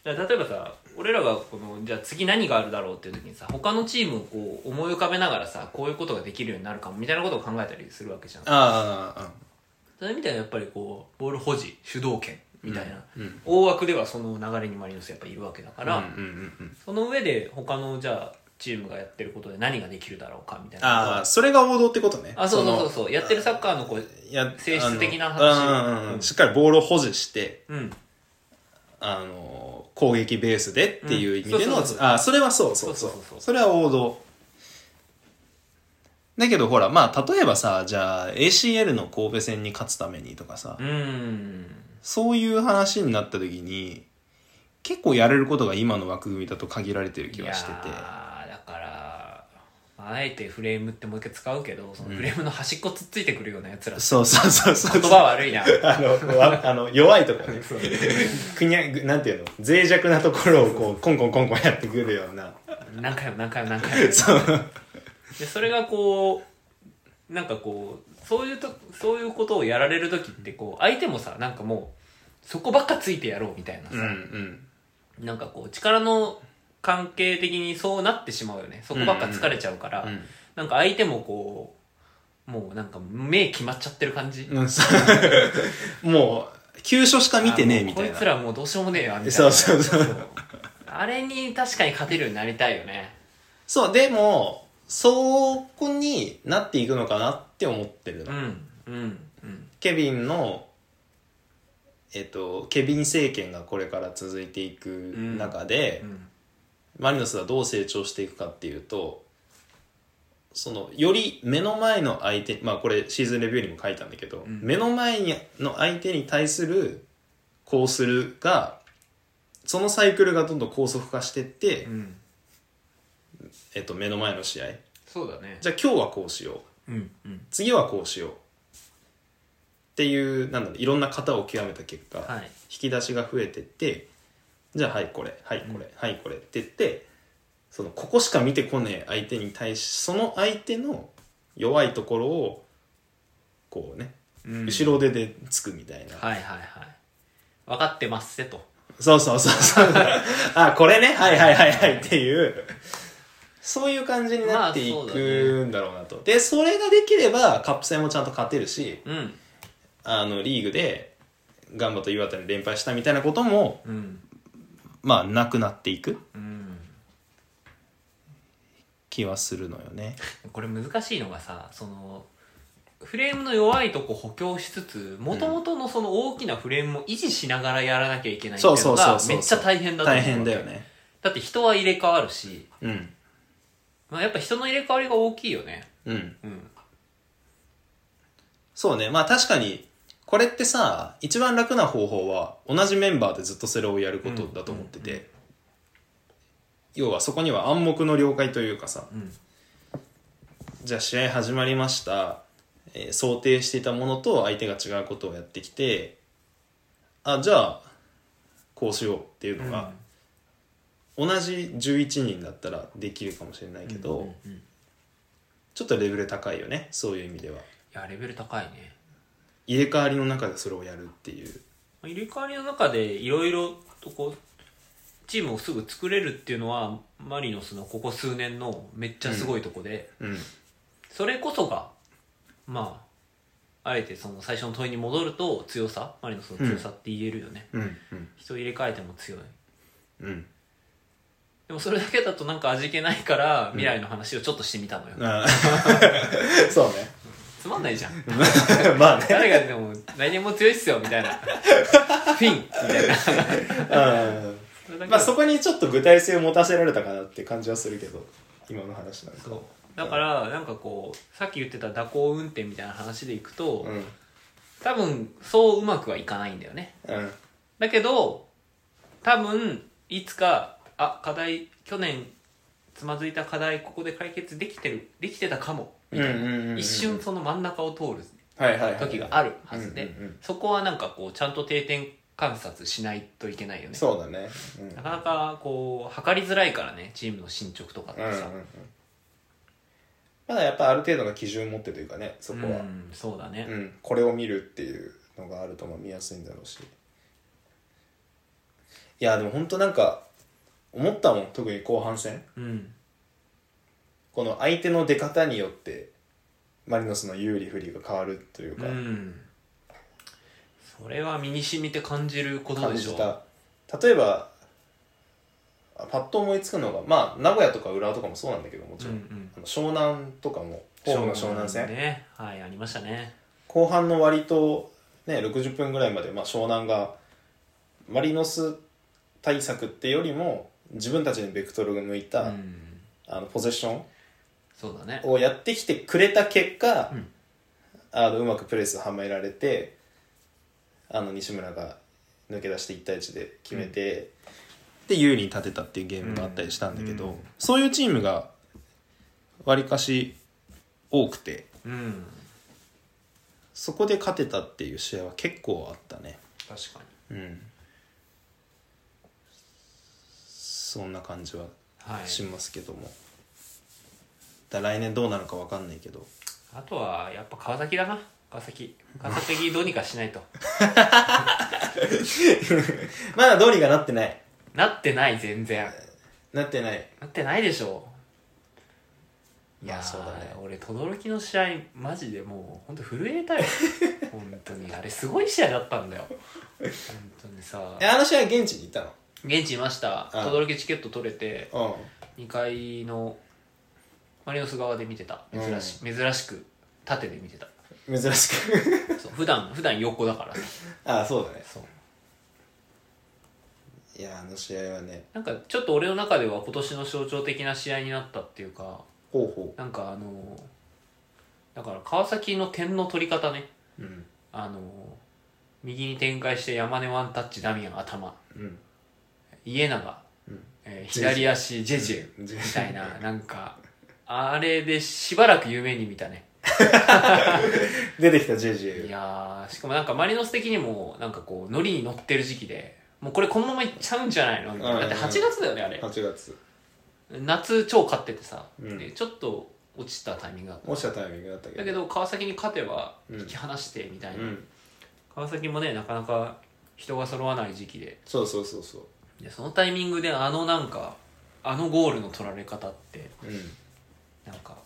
Speaker 2: じゃあ例えばさ俺らがこのじゃあ次何があるだろうっていう時にさ他のチームをこう思い浮かべながらさこういうことができるようになるかもみたいなことを考えたりするわけじゃん
Speaker 1: ああ
Speaker 2: それみたいなやっぱりこうボール保持主導権みたいな、
Speaker 1: うんうん
Speaker 2: 大枠ではその流れにマリノスやっぱいるわけだから、
Speaker 1: うんうんうんうん
Speaker 2: その上で他のじゃあチームがやってることで何ができるだろうかみたいな
Speaker 1: ああそれが王道ってことね
Speaker 2: あそうそうそう
Speaker 1: う
Speaker 2: そうやってるサッカーのこう
Speaker 1: や
Speaker 2: 性質的な
Speaker 1: あ
Speaker 2: 話
Speaker 1: のうんうんうん
Speaker 2: うん
Speaker 1: しっかりボールを保持して
Speaker 2: うん
Speaker 1: あの攻撃ベースでっていう意味での、
Speaker 2: うんそうそうそう
Speaker 1: あそれはそうそうそう
Speaker 2: そうそうそうそう
Speaker 1: それは王道だけどほらまあ例えばさじゃあ ACL の神戸戦に勝つためにとかさ、
Speaker 2: うん
Speaker 1: そういう話になった時に結構やれることが今の枠組みだと限られてる気はしてて
Speaker 2: いやーだからあえてフレームってもう一回使うけどそのフレームの端っこつっついてくるようなや つら、
Speaker 1: そうそうそうそう
Speaker 2: 言葉悪いな
Speaker 1: あのわあの弱いとこね
Speaker 2: そう
Speaker 1: くにゃぐなんていうの脆弱なところをこうコンコンコンコンやってくるような
Speaker 2: 何回も何回も何回も
Speaker 1: そう
Speaker 2: でそれがこうなんかこうそういうとそういうことをやられる時ってこう相手もさなんかもうそこばっかついてやろうみたいなさ
Speaker 1: う、んうん
Speaker 2: なんかこう力の関係的にそうなってしまうよねそこばっか疲れちゃうから、なんか相手もこうもうなんか目決まっちゃってる感じ、
Speaker 1: うん、そうもう急所しか見てねえ
Speaker 2: あもう
Speaker 1: みたい
Speaker 2: こいつ
Speaker 1: な
Speaker 2: らもうどうしようもねえわみたいな
Speaker 1: そうそうそう
Speaker 2: あれに確かに勝てるようになりたいよね
Speaker 1: そうでもそこになっていくのかなって思ってるの、
Speaker 2: うんうんうん
Speaker 1: ケビンのえっとケビン政権がこれから続いていく中で、
Speaker 2: うん
Speaker 1: マリノスがどう成長していくかっていうとそのより目の前の相手まあこれシーズンレビューにも書いたんだけど、
Speaker 2: ん
Speaker 1: 目の前にの相手に対するこうするがそのサイクルがどんどん高速化してって、
Speaker 2: うん
Speaker 1: えっと、目の前の試合
Speaker 2: そうだね
Speaker 1: じゃあ今日はこうしよう
Speaker 2: うんうん
Speaker 1: 次はこうしようっていうなんだろういろんな型を極めた結果、
Speaker 2: はい
Speaker 1: 引き出しが増えてってじゃあはいこれはいこれ、はいこれって言ってそのここしか見てこねえ相手に対しその相手の弱いところをこうね、
Speaker 2: うん
Speaker 1: 後ろ手でつくみたいな、
Speaker 2: はいはいはい分かってますせと
Speaker 1: そうそうそうそう あこれねはいはいはいはいっていうそういう感じになってい
Speaker 2: まあそうだ
Speaker 1: くんだろうなと、でそれができればカップ戦もちゃんと勝てるし
Speaker 2: うん
Speaker 1: あのリーグでガンバと岩手に連敗したみたいなことも
Speaker 2: うん
Speaker 1: まあなくなっていく
Speaker 2: うん
Speaker 1: 気はするのよ ね。
Speaker 2: これ難しいのがさそのフレームの弱いとこ補強しつつもともとのその大きなフレームを維持しながらやらなきゃいけないってい
Speaker 1: そううそ
Speaker 2: の
Speaker 1: うそ
Speaker 2: が
Speaker 1: うそう。
Speaker 2: めっちゃ大変だと思う
Speaker 1: 大変だよね。
Speaker 2: だって人は入れ替わるし、
Speaker 1: うん。
Speaker 2: まあ、やっぱ人の入れ替わりが大きいよね
Speaker 1: うん。
Speaker 2: うん
Speaker 1: そうね。まあ確かに、これってさ、一番楽な方法は、同じメンバーでずっとそれをやることだと思ってて、
Speaker 2: うん
Speaker 1: 要はそこには暗黙の了解というかさ、
Speaker 2: うん
Speaker 1: じゃあ試合始まりました、えー想定していたものと相手が違うことをやってきてあじゃあこうしようっていうのが、同じ11人だったらできるかもしれないけど、
Speaker 2: うんうんい
Speaker 1: ちょっとレベル高いよねそういう意味では
Speaker 2: やレベル高いね
Speaker 1: 入れ替わりの中でそれをやるっていう
Speaker 2: 入れ替わりの中でいろいろとこうチームをすぐ作れるっていうのはマリノスのここ数年のめっちゃすごいとこで、
Speaker 1: うん
Speaker 2: それこそがまああえてその最初の問いに戻ると強さマリノスの強さって言えるよね、
Speaker 1: うんうん
Speaker 2: 人入れ替えても強い
Speaker 1: うん
Speaker 2: でもそれだけだとなんか味気ないから未来の話をちょっとしてみたのよ、
Speaker 1: あ ーそうね
Speaker 2: つまんないじゃん
Speaker 1: まあね
Speaker 2: 誰がでも来年も強いっすよみたいなフィンみたいな
Speaker 1: うんまあそこにちょっと具体性を持たせられたかなって感じはするけど今の話なんか
Speaker 2: そうだからなんかこうさっき言ってた蛇行運転みたいな話でいくと、
Speaker 1: うん
Speaker 2: 多分そううまくはいかないんだよね
Speaker 1: うん
Speaker 2: だけど多分いつかあ課題去年つまずいた課題ここで解決できてるできてたかもみたいな、
Speaker 1: うんうんうんうん
Speaker 2: 一瞬その真ん中を通る
Speaker 1: はいはいはい
Speaker 2: 時があるはずで、
Speaker 1: うんうんうん
Speaker 2: そこはなんかこうちゃんと定点観察しないといけないよね
Speaker 1: そうだねうん
Speaker 2: なかなかこう測りづらいからねチームの進捗とかって
Speaker 1: うんうんう
Speaker 2: さ、
Speaker 1: んまだやっぱある程度の基準を持ってというかねそこは、
Speaker 2: うんそうだね、
Speaker 1: うん、これを見るっていうのがあるとまあ見やすいんだろうしいやでも本当なんか思ったもん特に後半戦
Speaker 2: うん、
Speaker 1: この相手の出方によってマリノスの有利不利が変わるというか、
Speaker 2: うんそれは身に染みて感じること
Speaker 1: 感
Speaker 2: でしょ
Speaker 1: じた例えばあパッと思いつくのがまあ名古屋とか浦和とかもそうなんだけどもち
Speaker 2: うん
Speaker 1: ろ、
Speaker 2: うんん
Speaker 1: あの湘南とかもホームの湘南戦
Speaker 2: ねはいありましたね
Speaker 1: 後半の割と、ね、60分ぐらいまで、まあ、湘南がマリノス対策ってよりも自分たちにベクトルが向いた、
Speaker 2: うん
Speaker 1: あのポゼッション
Speaker 2: そうだね
Speaker 1: をやってきてくれた結果、
Speaker 2: うん
Speaker 1: あのうまくプレスはめられてあの西村が抜け出して1対1で決めて、で優位に立てたっていうゲームがあったりしたんだけど、
Speaker 2: うん
Speaker 1: そういうチームがわりかし多くて
Speaker 2: うん
Speaker 1: そこで勝てたっていう試合は結構あったね。
Speaker 2: 確かに
Speaker 1: うんそんな感じは
Speaker 2: はい
Speaker 1: しますけども、だ来年どうなるかわかんないけど
Speaker 2: あとはやっぱ川崎だな川崎川崎どうにかしないと
Speaker 1: まだどうにかなってない
Speaker 2: なってない全然
Speaker 1: なってない
Speaker 2: なってないでしょ
Speaker 1: いや
Speaker 2: まあ
Speaker 1: そうだね
Speaker 2: 俺轟の試合マジでもう本当震えたよ 本当にあれすごい試合だったんだよ本当にさ
Speaker 1: えあの試合現地にいた
Speaker 2: 現地いました
Speaker 1: うん
Speaker 2: 轟チケット取れて
Speaker 1: の
Speaker 2: 2階のマリノス側で見てた珍し,、珍しく縦で見てた
Speaker 1: うん珍しく
Speaker 2: そう普段普段横だからさ
Speaker 1: ああそうだね
Speaker 2: そう
Speaker 1: いやあの試合はね
Speaker 2: なんかちょっと俺の中では今年の象徴的な試合になったっていうか
Speaker 1: ほうほ
Speaker 2: なんかあのだから川崎の点の取り方ね
Speaker 1: ううん
Speaker 2: あの右に展開して山根ワンタッチダミアン頭
Speaker 1: うん
Speaker 2: 家長、
Speaker 1: うん
Speaker 2: えー
Speaker 1: ジェジュ
Speaker 2: 左足ジェジェ
Speaker 1: み
Speaker 2: みたいななんかあれでしばらく夢に見たね
Speaker 1: 出てきたジェジ
Speaker 2: い
Speaker 1: ェ
Speaker 2: やーしかもなんかマリノス的にもなんかこうノリに乗ってる時期でもうこれこのままいっちゃうんじゃないのみたいなだって8月だよねあれ
Speaker 1: 8月
Speaker 2: 夏超勝っててさ、
Speaker 1: うん
Speaker 2: でちょっと落ちたタイミングだった
Speaker 1: 落ちたタイミングだったけど
Speaker 2: だけど川崎に勝てば
Speaker 1: うん
Speaker 2: 引き離してみたいな、
Speaker 1: うん
Speaker 2: 川崎もねなかなか人が揃わない時期で
Speaker 1: そうそうそうそ
Speaker 2: でそのタイミングであのなんかあのゴールの取られ方って
Speaker 1: ううん
Speaker 2: なんか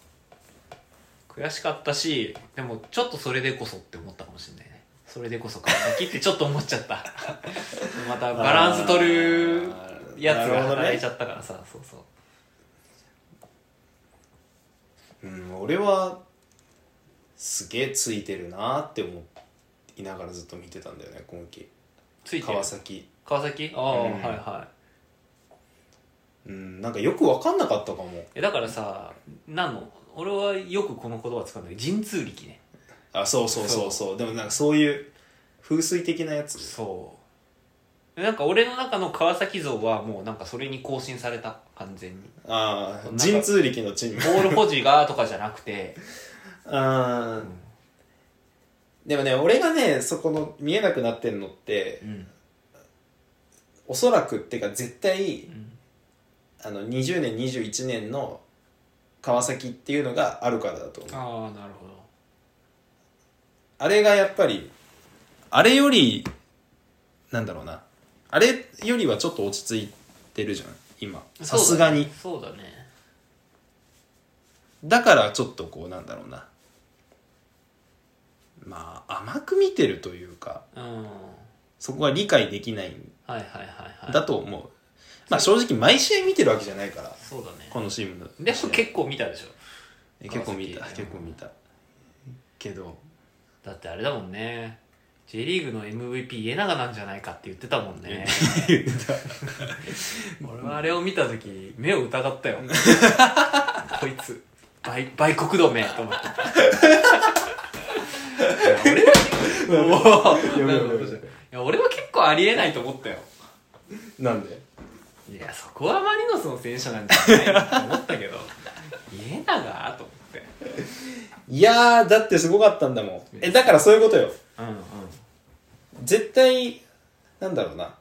Speaker 2: 悔しかったしでもちょっとそれでこそって思ったかもしれないねそれでこそ川崎ってちょっと思っちゃった またバランス取るやつが働いちゃったからさ、そうそう
Speaker 1: うん俺はすげえついてるなーって思いながらずっと見てたんだよね今季
Speaker 2: ついてる
Speaker 1: 川崎
Speaker 2: 川崎ああ、
Speaker 1: うん
Speaker 2: はいはい
Speaker 1: うんなんかよく分かんなかったかも
Speaker 2: えだからさなんの俺はよくこの言葉使うんだけど神通力ね
Speaker 1: あそうそうそうそうでもなんかそういう風水的なやつ
Speaker 2: そうなんか俺の中の川崎像はもうなんかそれに更新された完全に
Speaker 1: あ
Speaker 2: なん
Speaker 1: あ
Speaker 2: か
Speaker 1: 神通力のチーム
Speaker 2: ボール保持がとかじゃなくて
Speaker 1: あーでもね俺がねそこの見えなくなってんのって
Speaker 2: うん
Speaker 1: おそらくっていうか絶対
Speaker 2: うん
Speaker 1: あの20年21年の川崎っていうのがあるからだと思う
Speaker 2: ああなるほど
Speaker 1: あれがやっぱりあれよりなんだろうなあれよりはちょっと落ち着いてるじゃん今さすがに
Speaker 2: そうだね
Speaker 1: だからちょっとこうなんだろうなまあ甘く見てるというか
Speaker 2: そうだねうん
Speaker 1: そこが理解できないん
Speaker 2: はいはいはいはい
Speaker 1: だと思う、まあ正直毎試合見てるわけじゃないから
Speaker 2: そうだね
Speaker 1: このチームの
Speaker 2: でも結構見たでしょ
Speaker 1: え結構見た
Speaker 2: 川崎
Speaker 1: 結構見たけど
Speaker 2: だってあれだもんね J リーグの MVP 家長なんじゃないかって言ってたもん ね俺はあれを見た時目を疑った よこいつ売売国同盟と思っていや俺は結構
Speaker 1: やばいやばいやばい
Speaker 2: なんかいや俺は結構ありえないと思ったよ
Speaker 1: なんで
Speaker 2: いやそこはマリノスの選手なんじゃないのと思ったけど家長と思って
Speaker 1: いやーだってすごかったんだもんえだからそういうことよ
Speaker 2: うんうん
Speaker 1: 絶対なんだろうな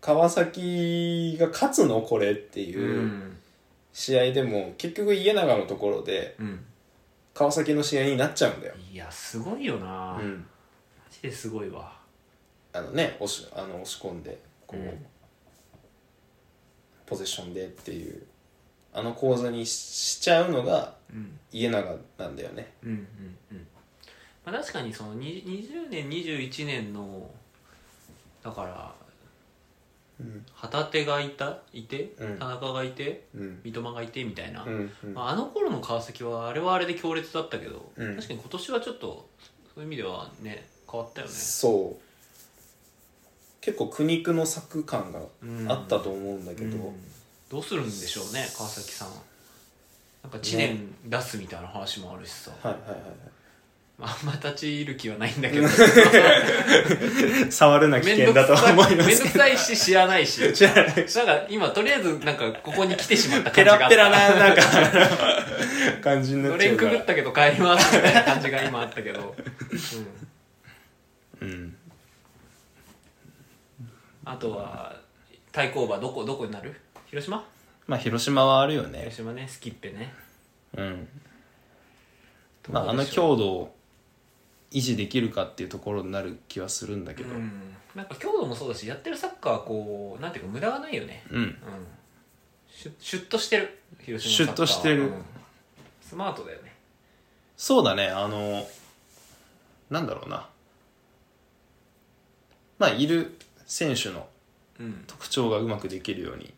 Speaker 1: 川崎が勝つのこれって
Speaker 2: う
Speaker 1: いうん試合でも結局家長のところで
Speaker 2: うん
Speaker 1: 川崎の試合になっちゃうんだよ、
Speaker 2: いやすごいよ
Speaker 1: う
Speaker 2: な、マ
Speaker 1: ん、
Speaker 2: ジですごいわ
Speaker 1: あのね押しあの押し込んでこう、
Speaker 2: うん
Speaker 1: ポゼッションでっていうあの講座にししちゃうのが
Speaker 2: うん
Speaker 1: 家長なんだよね
Speaker 2: うんうんうん、まあ、確かにそのに20年21年のだから
Speaker 1: うん
Speaker 2: 旗手がいたいて
Speaker 1: うん
Speaker 2: 田中がいて
Speaker 1: うん
Speaker 2: 三笘がいてみたいな、
Speaker 1: うんうん
Speaker 2: まあ、あの頃の川崎はあれはあれで強烈だったけど、
Speaker 1: うん
Speaker 2: 確かに今年はちょっとそういう意味ではね変わったよね、
Speaker 1: そう結構苦肉の策感が
Speaker 2: うん
Speaker 1: あったと思うんだけど、
Speaker 2: うんどうするんでしょうね川崎さんなんか知念出すみたいな話もあるしさ、
Speaker 1: はいはいはい
Speaker 2: まああんま立ち入る気はないんだけど
Speaker 1: はい触るな危険
Speaker 2: 面倒
Speaker 1: だと
Speaker 2: くさ
Speaker 1: は思い
Speaker 2: い
Speaker 1: ます
Speaker 2: 面倒
Speaker 1: け
Speaker 2: く
Speaker 1: ど
Speaker 2: さいし知らない しなん
Speaker 1: 知らない
Speaker 2: か今とりあえずなんかここに来てしまった
Speaker 1: ペ
Speaker 2: 感じがあっ
Speaker 1: ラッ
Speaker 2: た
Speaker 1: ペラななんか感じにな
Speaker 2: の
Speaker 1: っち
Speaker 2: れ
Speaker 1: ゃうんか
Speaker 2: くぐ
Speaker 1: ら
Speaker 2: ったけど帰りますみたいな感じが今あったけど、うん、
Speaker 1: うん
Speaker 2: あとは対抗馬どこどこになる広島
Speaker 1: まあ広島はあるよね
Speaker 2: 広島ねスキッペね
Speaker 1: うんまあ、あ
Speaker 2: ど
Speaker 1: の
Speaker 2: うでしょう
Speaker 1: 強度を維持できるかっていうところになる気はするんだけど、
Speaker 2: うん、なんか強度もそうだしやってるサッカーはこうなんていうか無駄がないよね
Speaker 1: うん
Speaker 2: うんシュシュッとしてる広島のサッカーは
Speaker 1: シュッとしてる
Speaker 2: うんスマートだよね
Speaker 1: そうだねあのなんだろうなまあいる選手の
Speaker 2: うん
Speaker 1: 特徴がうまくできるように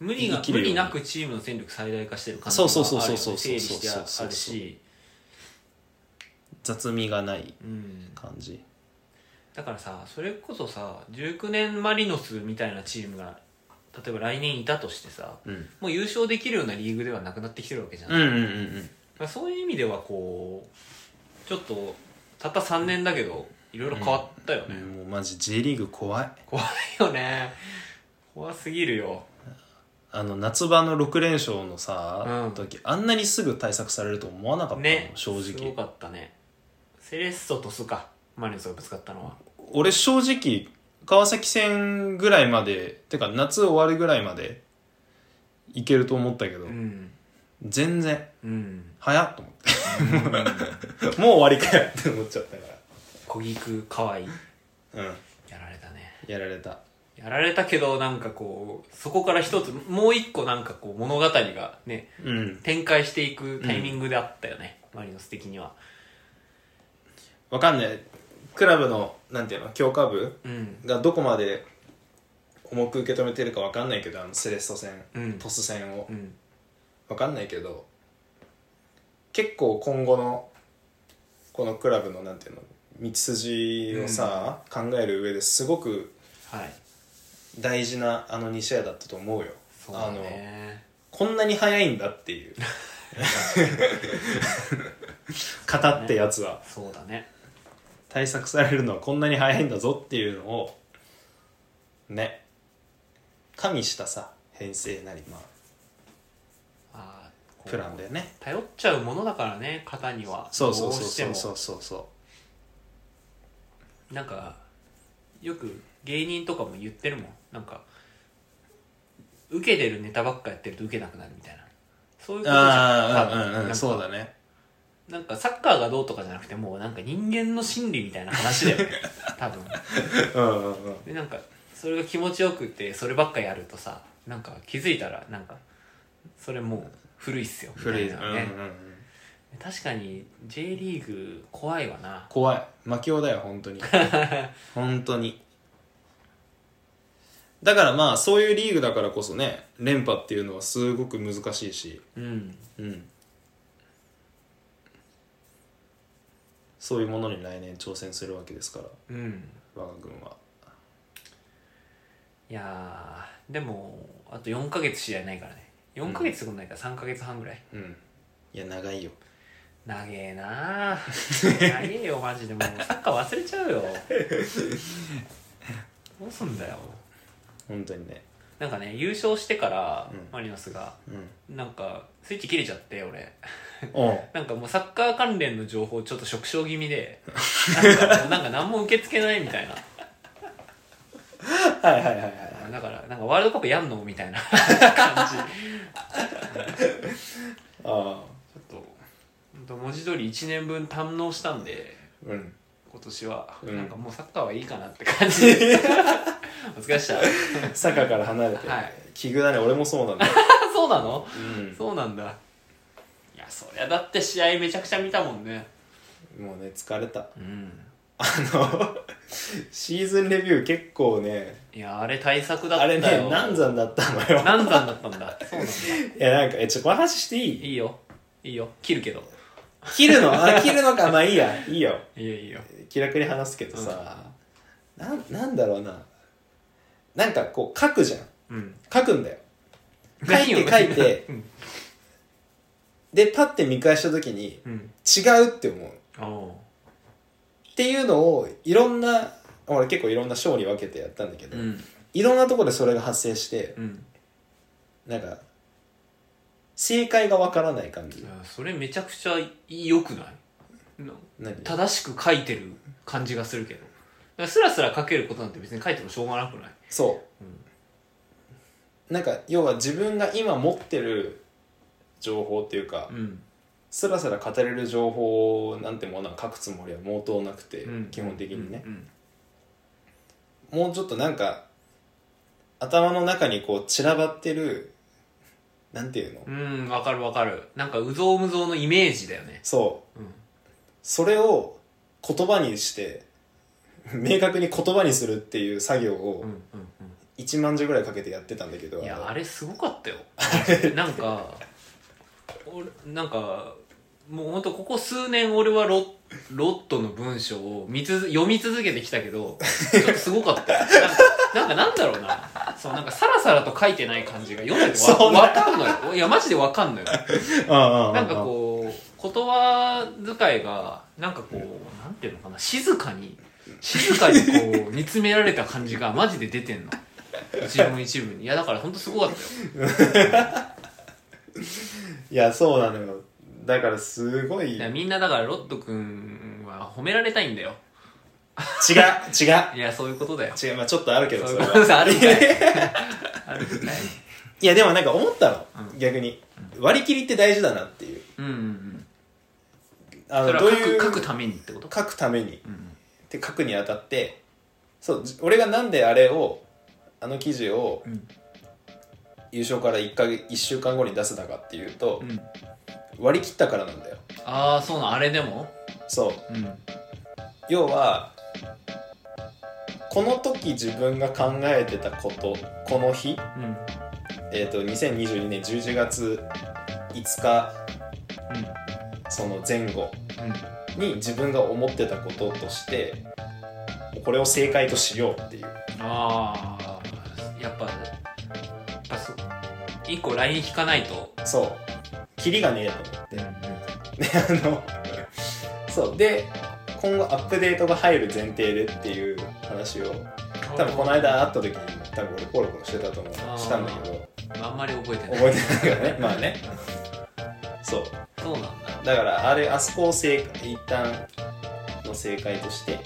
Speaker 2: 無理が
Speaker 1: 生きるよ
Speaker 2: 無
Speaker 1: うに
Speaker 2: 理なくチームの戦力最大化してる感じ
Speaker 1: そ
Speaker 2: が
Speaker 1: うそうそう
Speaker 2: あるよね
Speaker 1: そうそう
Speaker 2: 整理して
Speaker 1: そうそうそう
Speaker 2: あるし、
Speaker 1: 雑味がない
Speaker 2: うん、
Speaker 1: 感じ
Speaker 2: だからさそれこそさ19年マリノスみたいなチームが例えば来年いたとしてさ
Speaker 1: うん
Speaker 2: もう優勝できるようなリーグではなくなってきてるわけじゃん、
Speaker 1: うんうんうん
Speaker 2: まあ、そういう意味ではこうちょっとたった3年だけどいろいろ変わったよ
Speaker 1: う
Speaker 2: ね、
Speaker 1: んもうマジ J リーグ怖い
Speaker 2: 怖いよね怖すぎるよ
Speaker 1: あの夏場の6連勝のさ、
Speaker 2: うん
Speaker 1: 時あんなにすぐ対策されると思わなかったもん、
Speaker 2: ね
Speaker 1: 正
Speaker 2: すご
Speaker 1: 直
Speaker 2: かったねセレッソとスカマリノスがぶつかったのは
Speaker 1: 俺正直川崎戦ぐらいまでてか夏終わるぐらいまでいけると思ったけど、
Speaker 2: うん
Speaker 1: 全然
Speaker 2: うん
Speaker 1: 早っと思って もう終わりかよって思っちゃったか
Speaker 2: 小菊可愛い
Speaker 1: らうん
Speaker 2: やられたね
Speaker 1: やられた
Speaker 2: やられたけどなんかこうそこから一つもう一個なんかこう物語がね
Speaker 1: うん
Speaker 2: 展開していくタイミングであったよね、マリノス的には
Speaker 1: わかんないクラブのなんていうの強化部
Speaker 2: うん
Speaker 1: がどこまで重く受け止めてるかわかんないけどあのセレッソ戦、
Speaker 2: うん
Speaker 1: トス戦を
Speaker 2: うん
Speaker 1: わかんないけど結構今後のこのクラブのなんていうの道筋をさ、考える上ですごく
Speaker 2: はい
Speaker 1: 大事なあの2試合だったと思うよ
Speaker 2: そうだね
Speaker 1: こんなに早いんだって いう型ってやつは
Speaker 2: そうだね
Speaker 1: 対策されるのはこんなに早いんだぞっていうのをね加味したさ編成なりまあ
Speaker 2: あーこう
Speaker 1: プランでね
Speaker 2: 頼っちゃうものだからね型には
Speaker 1: そうそうそう
Speaker 2: ど
Speaker 1: そう
Speaker 2: うして
Speaker 1: そ
Speaker 2: も
Speaker 1: うそうそ
Speaker 2: なんかよく芸人とかも言ってるもんなんか受けてるネタばっかやってると受けなくなるみたいなそういう
Speaker 1: う
Speaker 2: ことじゃ
Speaker 1: あ
Speaker 2: ん多分
Speaker 1: あうんうん
Speaker 2: な
Speaker 1: うん
Speaker 2: か
Speaker 1: そうだね
Speaker 2: なんかサッカーがどうとかじゃなくてもうなんか人間の心理みたいな 話だよね多分
Speaker 1: うんうんうん
Speaker 2: でなんかそれが気持ちよくてそればっかやるとさなんか気づいたらなんかそれもう古いっすよみた
Speaker 1: 古い
Speaker 2: い
Speaker 1: ね、
Speaker 2: な
Speaker 1: うんうんう
Speaker 2: ね、
Speaker 1: ん、
Speaker 2: 確かに J リーグ怖いわな
Speaker 1: 怖い魔境だよ本当に 本当にだからまあそういうリーグだからこそね連覇っていうのはすごく難しいし
Speaker 2: うん
Speaker 1: うんそういうものに来年挑戦するわけですから
Speaker 2: うん
Speaker 1: 我が軍はい
Speaker 2: やーでもあと4ヶ月試合ないからね4ヶ月ってことないから3ヶ月半ぐらい、
Speaker 1: うんいや長いよ
Speaker 2: 長えなー長えよマジでもうサッカー忘れちゃう よどうすんだよ
Speaker 1: 本当にね
Speaker 2: なんかね優勝してから、
Speaker 1: うん
Speaker 2: マリノスが
Speaker 1: うん
Speaker 2: なんかスイッチ切れちゃって俺
Speaker 1: おう
Speaker 2: なんかもうサッカー関連の情報ちょっと縮小気味でなんかもうなんか何も受け付けないみたいな
Speaker 1: はいはいはいはい
Speaker 2: だからなんかワールドカップやんのみたいな 感じ
Speaker 1: ああ
Speaker 2: ちょっと本当文字通り1年分堪能したんで
Speaker 1: うん
Speaker 2: 今年は、
Speaker 1: うん
Speaker 2: なんかもうサッカーはいいかなって感 じですお疲れっした
Speaker 1: サッカーから離れて、
Speaker 2: はい
Speaker 1: 奇遇だね俺もそうなんだ、
Speaker 2: そうなの
Speaker 1: うん
Speaker 2: そうなんだいやそりゃだって試合めちゃくちゃ見たもんね
Speaker 1: もうね疲れた
Speaker 2: うん
Speaker 1: あのシーズンレビュー結構ね
Speaker 2: いやあれ対策だった
Speaker 1: あれ
Speaker 2: よ
Speaker 1: ね難産だったの よ
Speaker 2: 難産だったんだそうなんだ
Speaker 1: いやなんかえちょっとこの話していい
Speaker 2: いいよいいよ切るけど
Speaker 1: 切るの あ切るのかまあいいやいいよ
Speaker 2: いいよいいよ
Speaker 1: 気楽に話すけどさ、なん、なんだろうななんかこう書くじゃん
Speaker 2: うん
Speaker 1: 書くんだよ書いて書いて
Speaker 2: うん
Speaker 1: でパッて見返した時に
Speaker 2: うん
Speaker 1: 違うって思う
Speaker 2: おう
Speaker 1: っていうのをいろんな俺結構いろんな章に分けてやったんだけど、
Speaker 2: うん
Speaker 1: いろんなところでそれが発生して
Speaker 2: うん
Speaker 1: なんか正解がわからない感
Speaker 2: い
Speaker 1: じ
Speaker 2: やそれめちゃくちゃ良くないな
Speaker 1: 何
Speaker 2: 正しく書いてる感じがするけどだからスラスラ書けることなんて別に書いてもしょうがなくない
Speaker 1: そう、
Speaker 2: うん
Speaker 1: なんか要は自分が今持ってる情報っていうか、
Speaker 2: うん
Speaker 1: スラスラ語れる情報なんてものは書くつもりは毛頭なくて、基本的にね、
Speaker 2: うん
Speaker 1: もうちょっとなんか頭の中にこう散らばってるなんていうの、
Speaker 2: うんわ、かるわかるなんかうぞうむぞうのイメージだよね
Speaker 1: そう、
Speaker 2: うん
Speaker 1: それを言葉にして明確に言葉にするっていう作業
Speaker 2: う
Speaker 1: を
Speaker 2: んうんうん
Speaker 1: 1万字ぐらいかけてやってたんだけど、
Speaker 2: いや
Speaker 1: あ
Speaker 2: あ
Speaker 1: れ
Speaker 2: れすごかったよ なんか俺なんかもうほんとここ数年俺はロロットの文章を見つづ読み続けてきたけどちょっとすごかったよなんかなんかなんだろうなそうなんかさらさらと書いてない感じが読んでて
Speaker 1: そ
Speaker 2: わ
Speaker 1: うな
Speaker 2: わかんのよいやマジでわか んのよ
Speaker 1: ああ
Speaker 2: なんかこう言葉遣いがなんかこうなんていうのかな静かに静かに こう煮詰められた感じがマジで出てんの一文一文にいやだから本当すごかったよ
Speaker 1: いやそうなのよだからすごい
Speaker 2: い
Speaker 1: 違う
Speaker 2: や
Speaker 1: 違う
Speaker 2: みんなだからロッド君は褒められたいんだよ
Speaker 1: 違
Speaker 2: いやそういうことだよ
Speaker 1: う、まあ、ちょっとあるけど
Speaker 2: そう
Speaker 1: そ
Speaker 2: い
Speaker 1: れは
Speaker 2: うことあるんかい あるんかい
Speaker 1: いやでもなんか思ったの、
Speaker 2: うん
Speaker 1: 逆に割り切りって大事だなっていう
Speaker 2: うんうんうん
Speaker 1: あ
Speaker 2: そ
Speaker 1: の
Speaker 2: れ
Speaker 1: どう
Speaker 2: は書
Speaker 1: いう
Speaker 2: く書くためにってこと
Speaker 1: 書くために
Speaker 2: うん
Speaker 1: って書くにあたってそうじ俺がなんであれをあの記事を
Speaker 2: うん
Speaker 1: 優勝から 1, か月1週間後に出せたかっていうと
Speaker 2: う、ん
Speaker 1: 割り切ったからなんだよ
Speaker 2: ああそうなんあれでも
Speaker 1: そう
Speaker 2: うん
Speaker 1: 要はこの時自分が考えてたことこの日、
Speaker 2: うんうん
Speaker 1: えー、と2022年11月5日その前後に自分が思ってたこととしてこれを正解としようっていう
Speaker 2: ああやっぱやっぱそう一個ライン引かないと
Speaker 1: そうキリがねえと思って
Speaker 2: う
Speaker 1: であの そうで今後アップデートが入る前提でっていう話を多分この間会った時に多分俺コロコロしてたと思う
Speaker 2: あー
Speaker 1: したんだけど
Speaker 2: あんまり覚えてない
Speaker 1: 覚えてないからねまあねそう
Speaker 2: そうなんだ
Speaker 1: だからあれあそこを正解一旦の正解として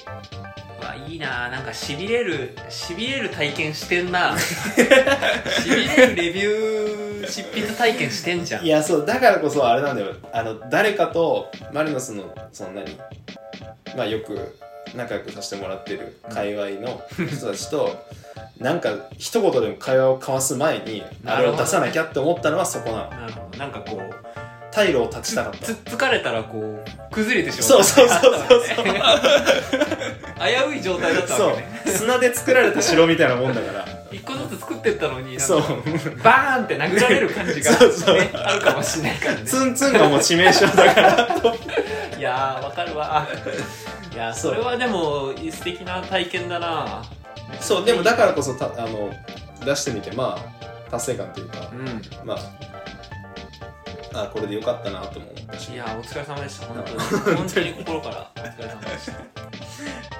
Speaker 2: うわいいななんかしびれるしびれる体験して んなしびれるレビュー執筆体験してんじゃん
Speaker 1: いやそうだからこそあれなんだよあの誰かとマリノスのその何まあよく仲良くさせてもらってる界隈の人たちとなんか一言でも会話を交わす前にあれを出さなきゃって思ったのはそこなの
Speaker 2: なるほどなんかこう
Speaker 1: 退路を断ち
Speaker 2: つ
Speaker 1: たかった
Speaker 2: つっつかれたらこう崩れてしま
Speaker 1: そうそうそうそう
Speaker 2: そう危うい状態だった
Speaker 1: そ
Speaker 2: わ
Speaker 1: う
Speaker 2: けね
Speaker 1: 砂で作られた城みたいなもんだから
Speaker 2: 一個ずつ作ってったのになんか
Speaker 1: そう
Speaker 2: バーンって殴られる感じが、ね、
Speaker 1: そうそう
Speaker 2: あるかもしれないからね
Speaker 1: ツンツンがもう致命傷だから
Speaker 2: いやーわかるわいやーそれはでも素敵な体験だな
Speaker 1: そうでもだからこそたあの出してみてまあ達成感というか
Speaker 2: うんい
Speaker 1: まああこれでよかったなとも思ったし
Speaker 2: やーお疲れ様でした本当に本当に心からお疲れ様でした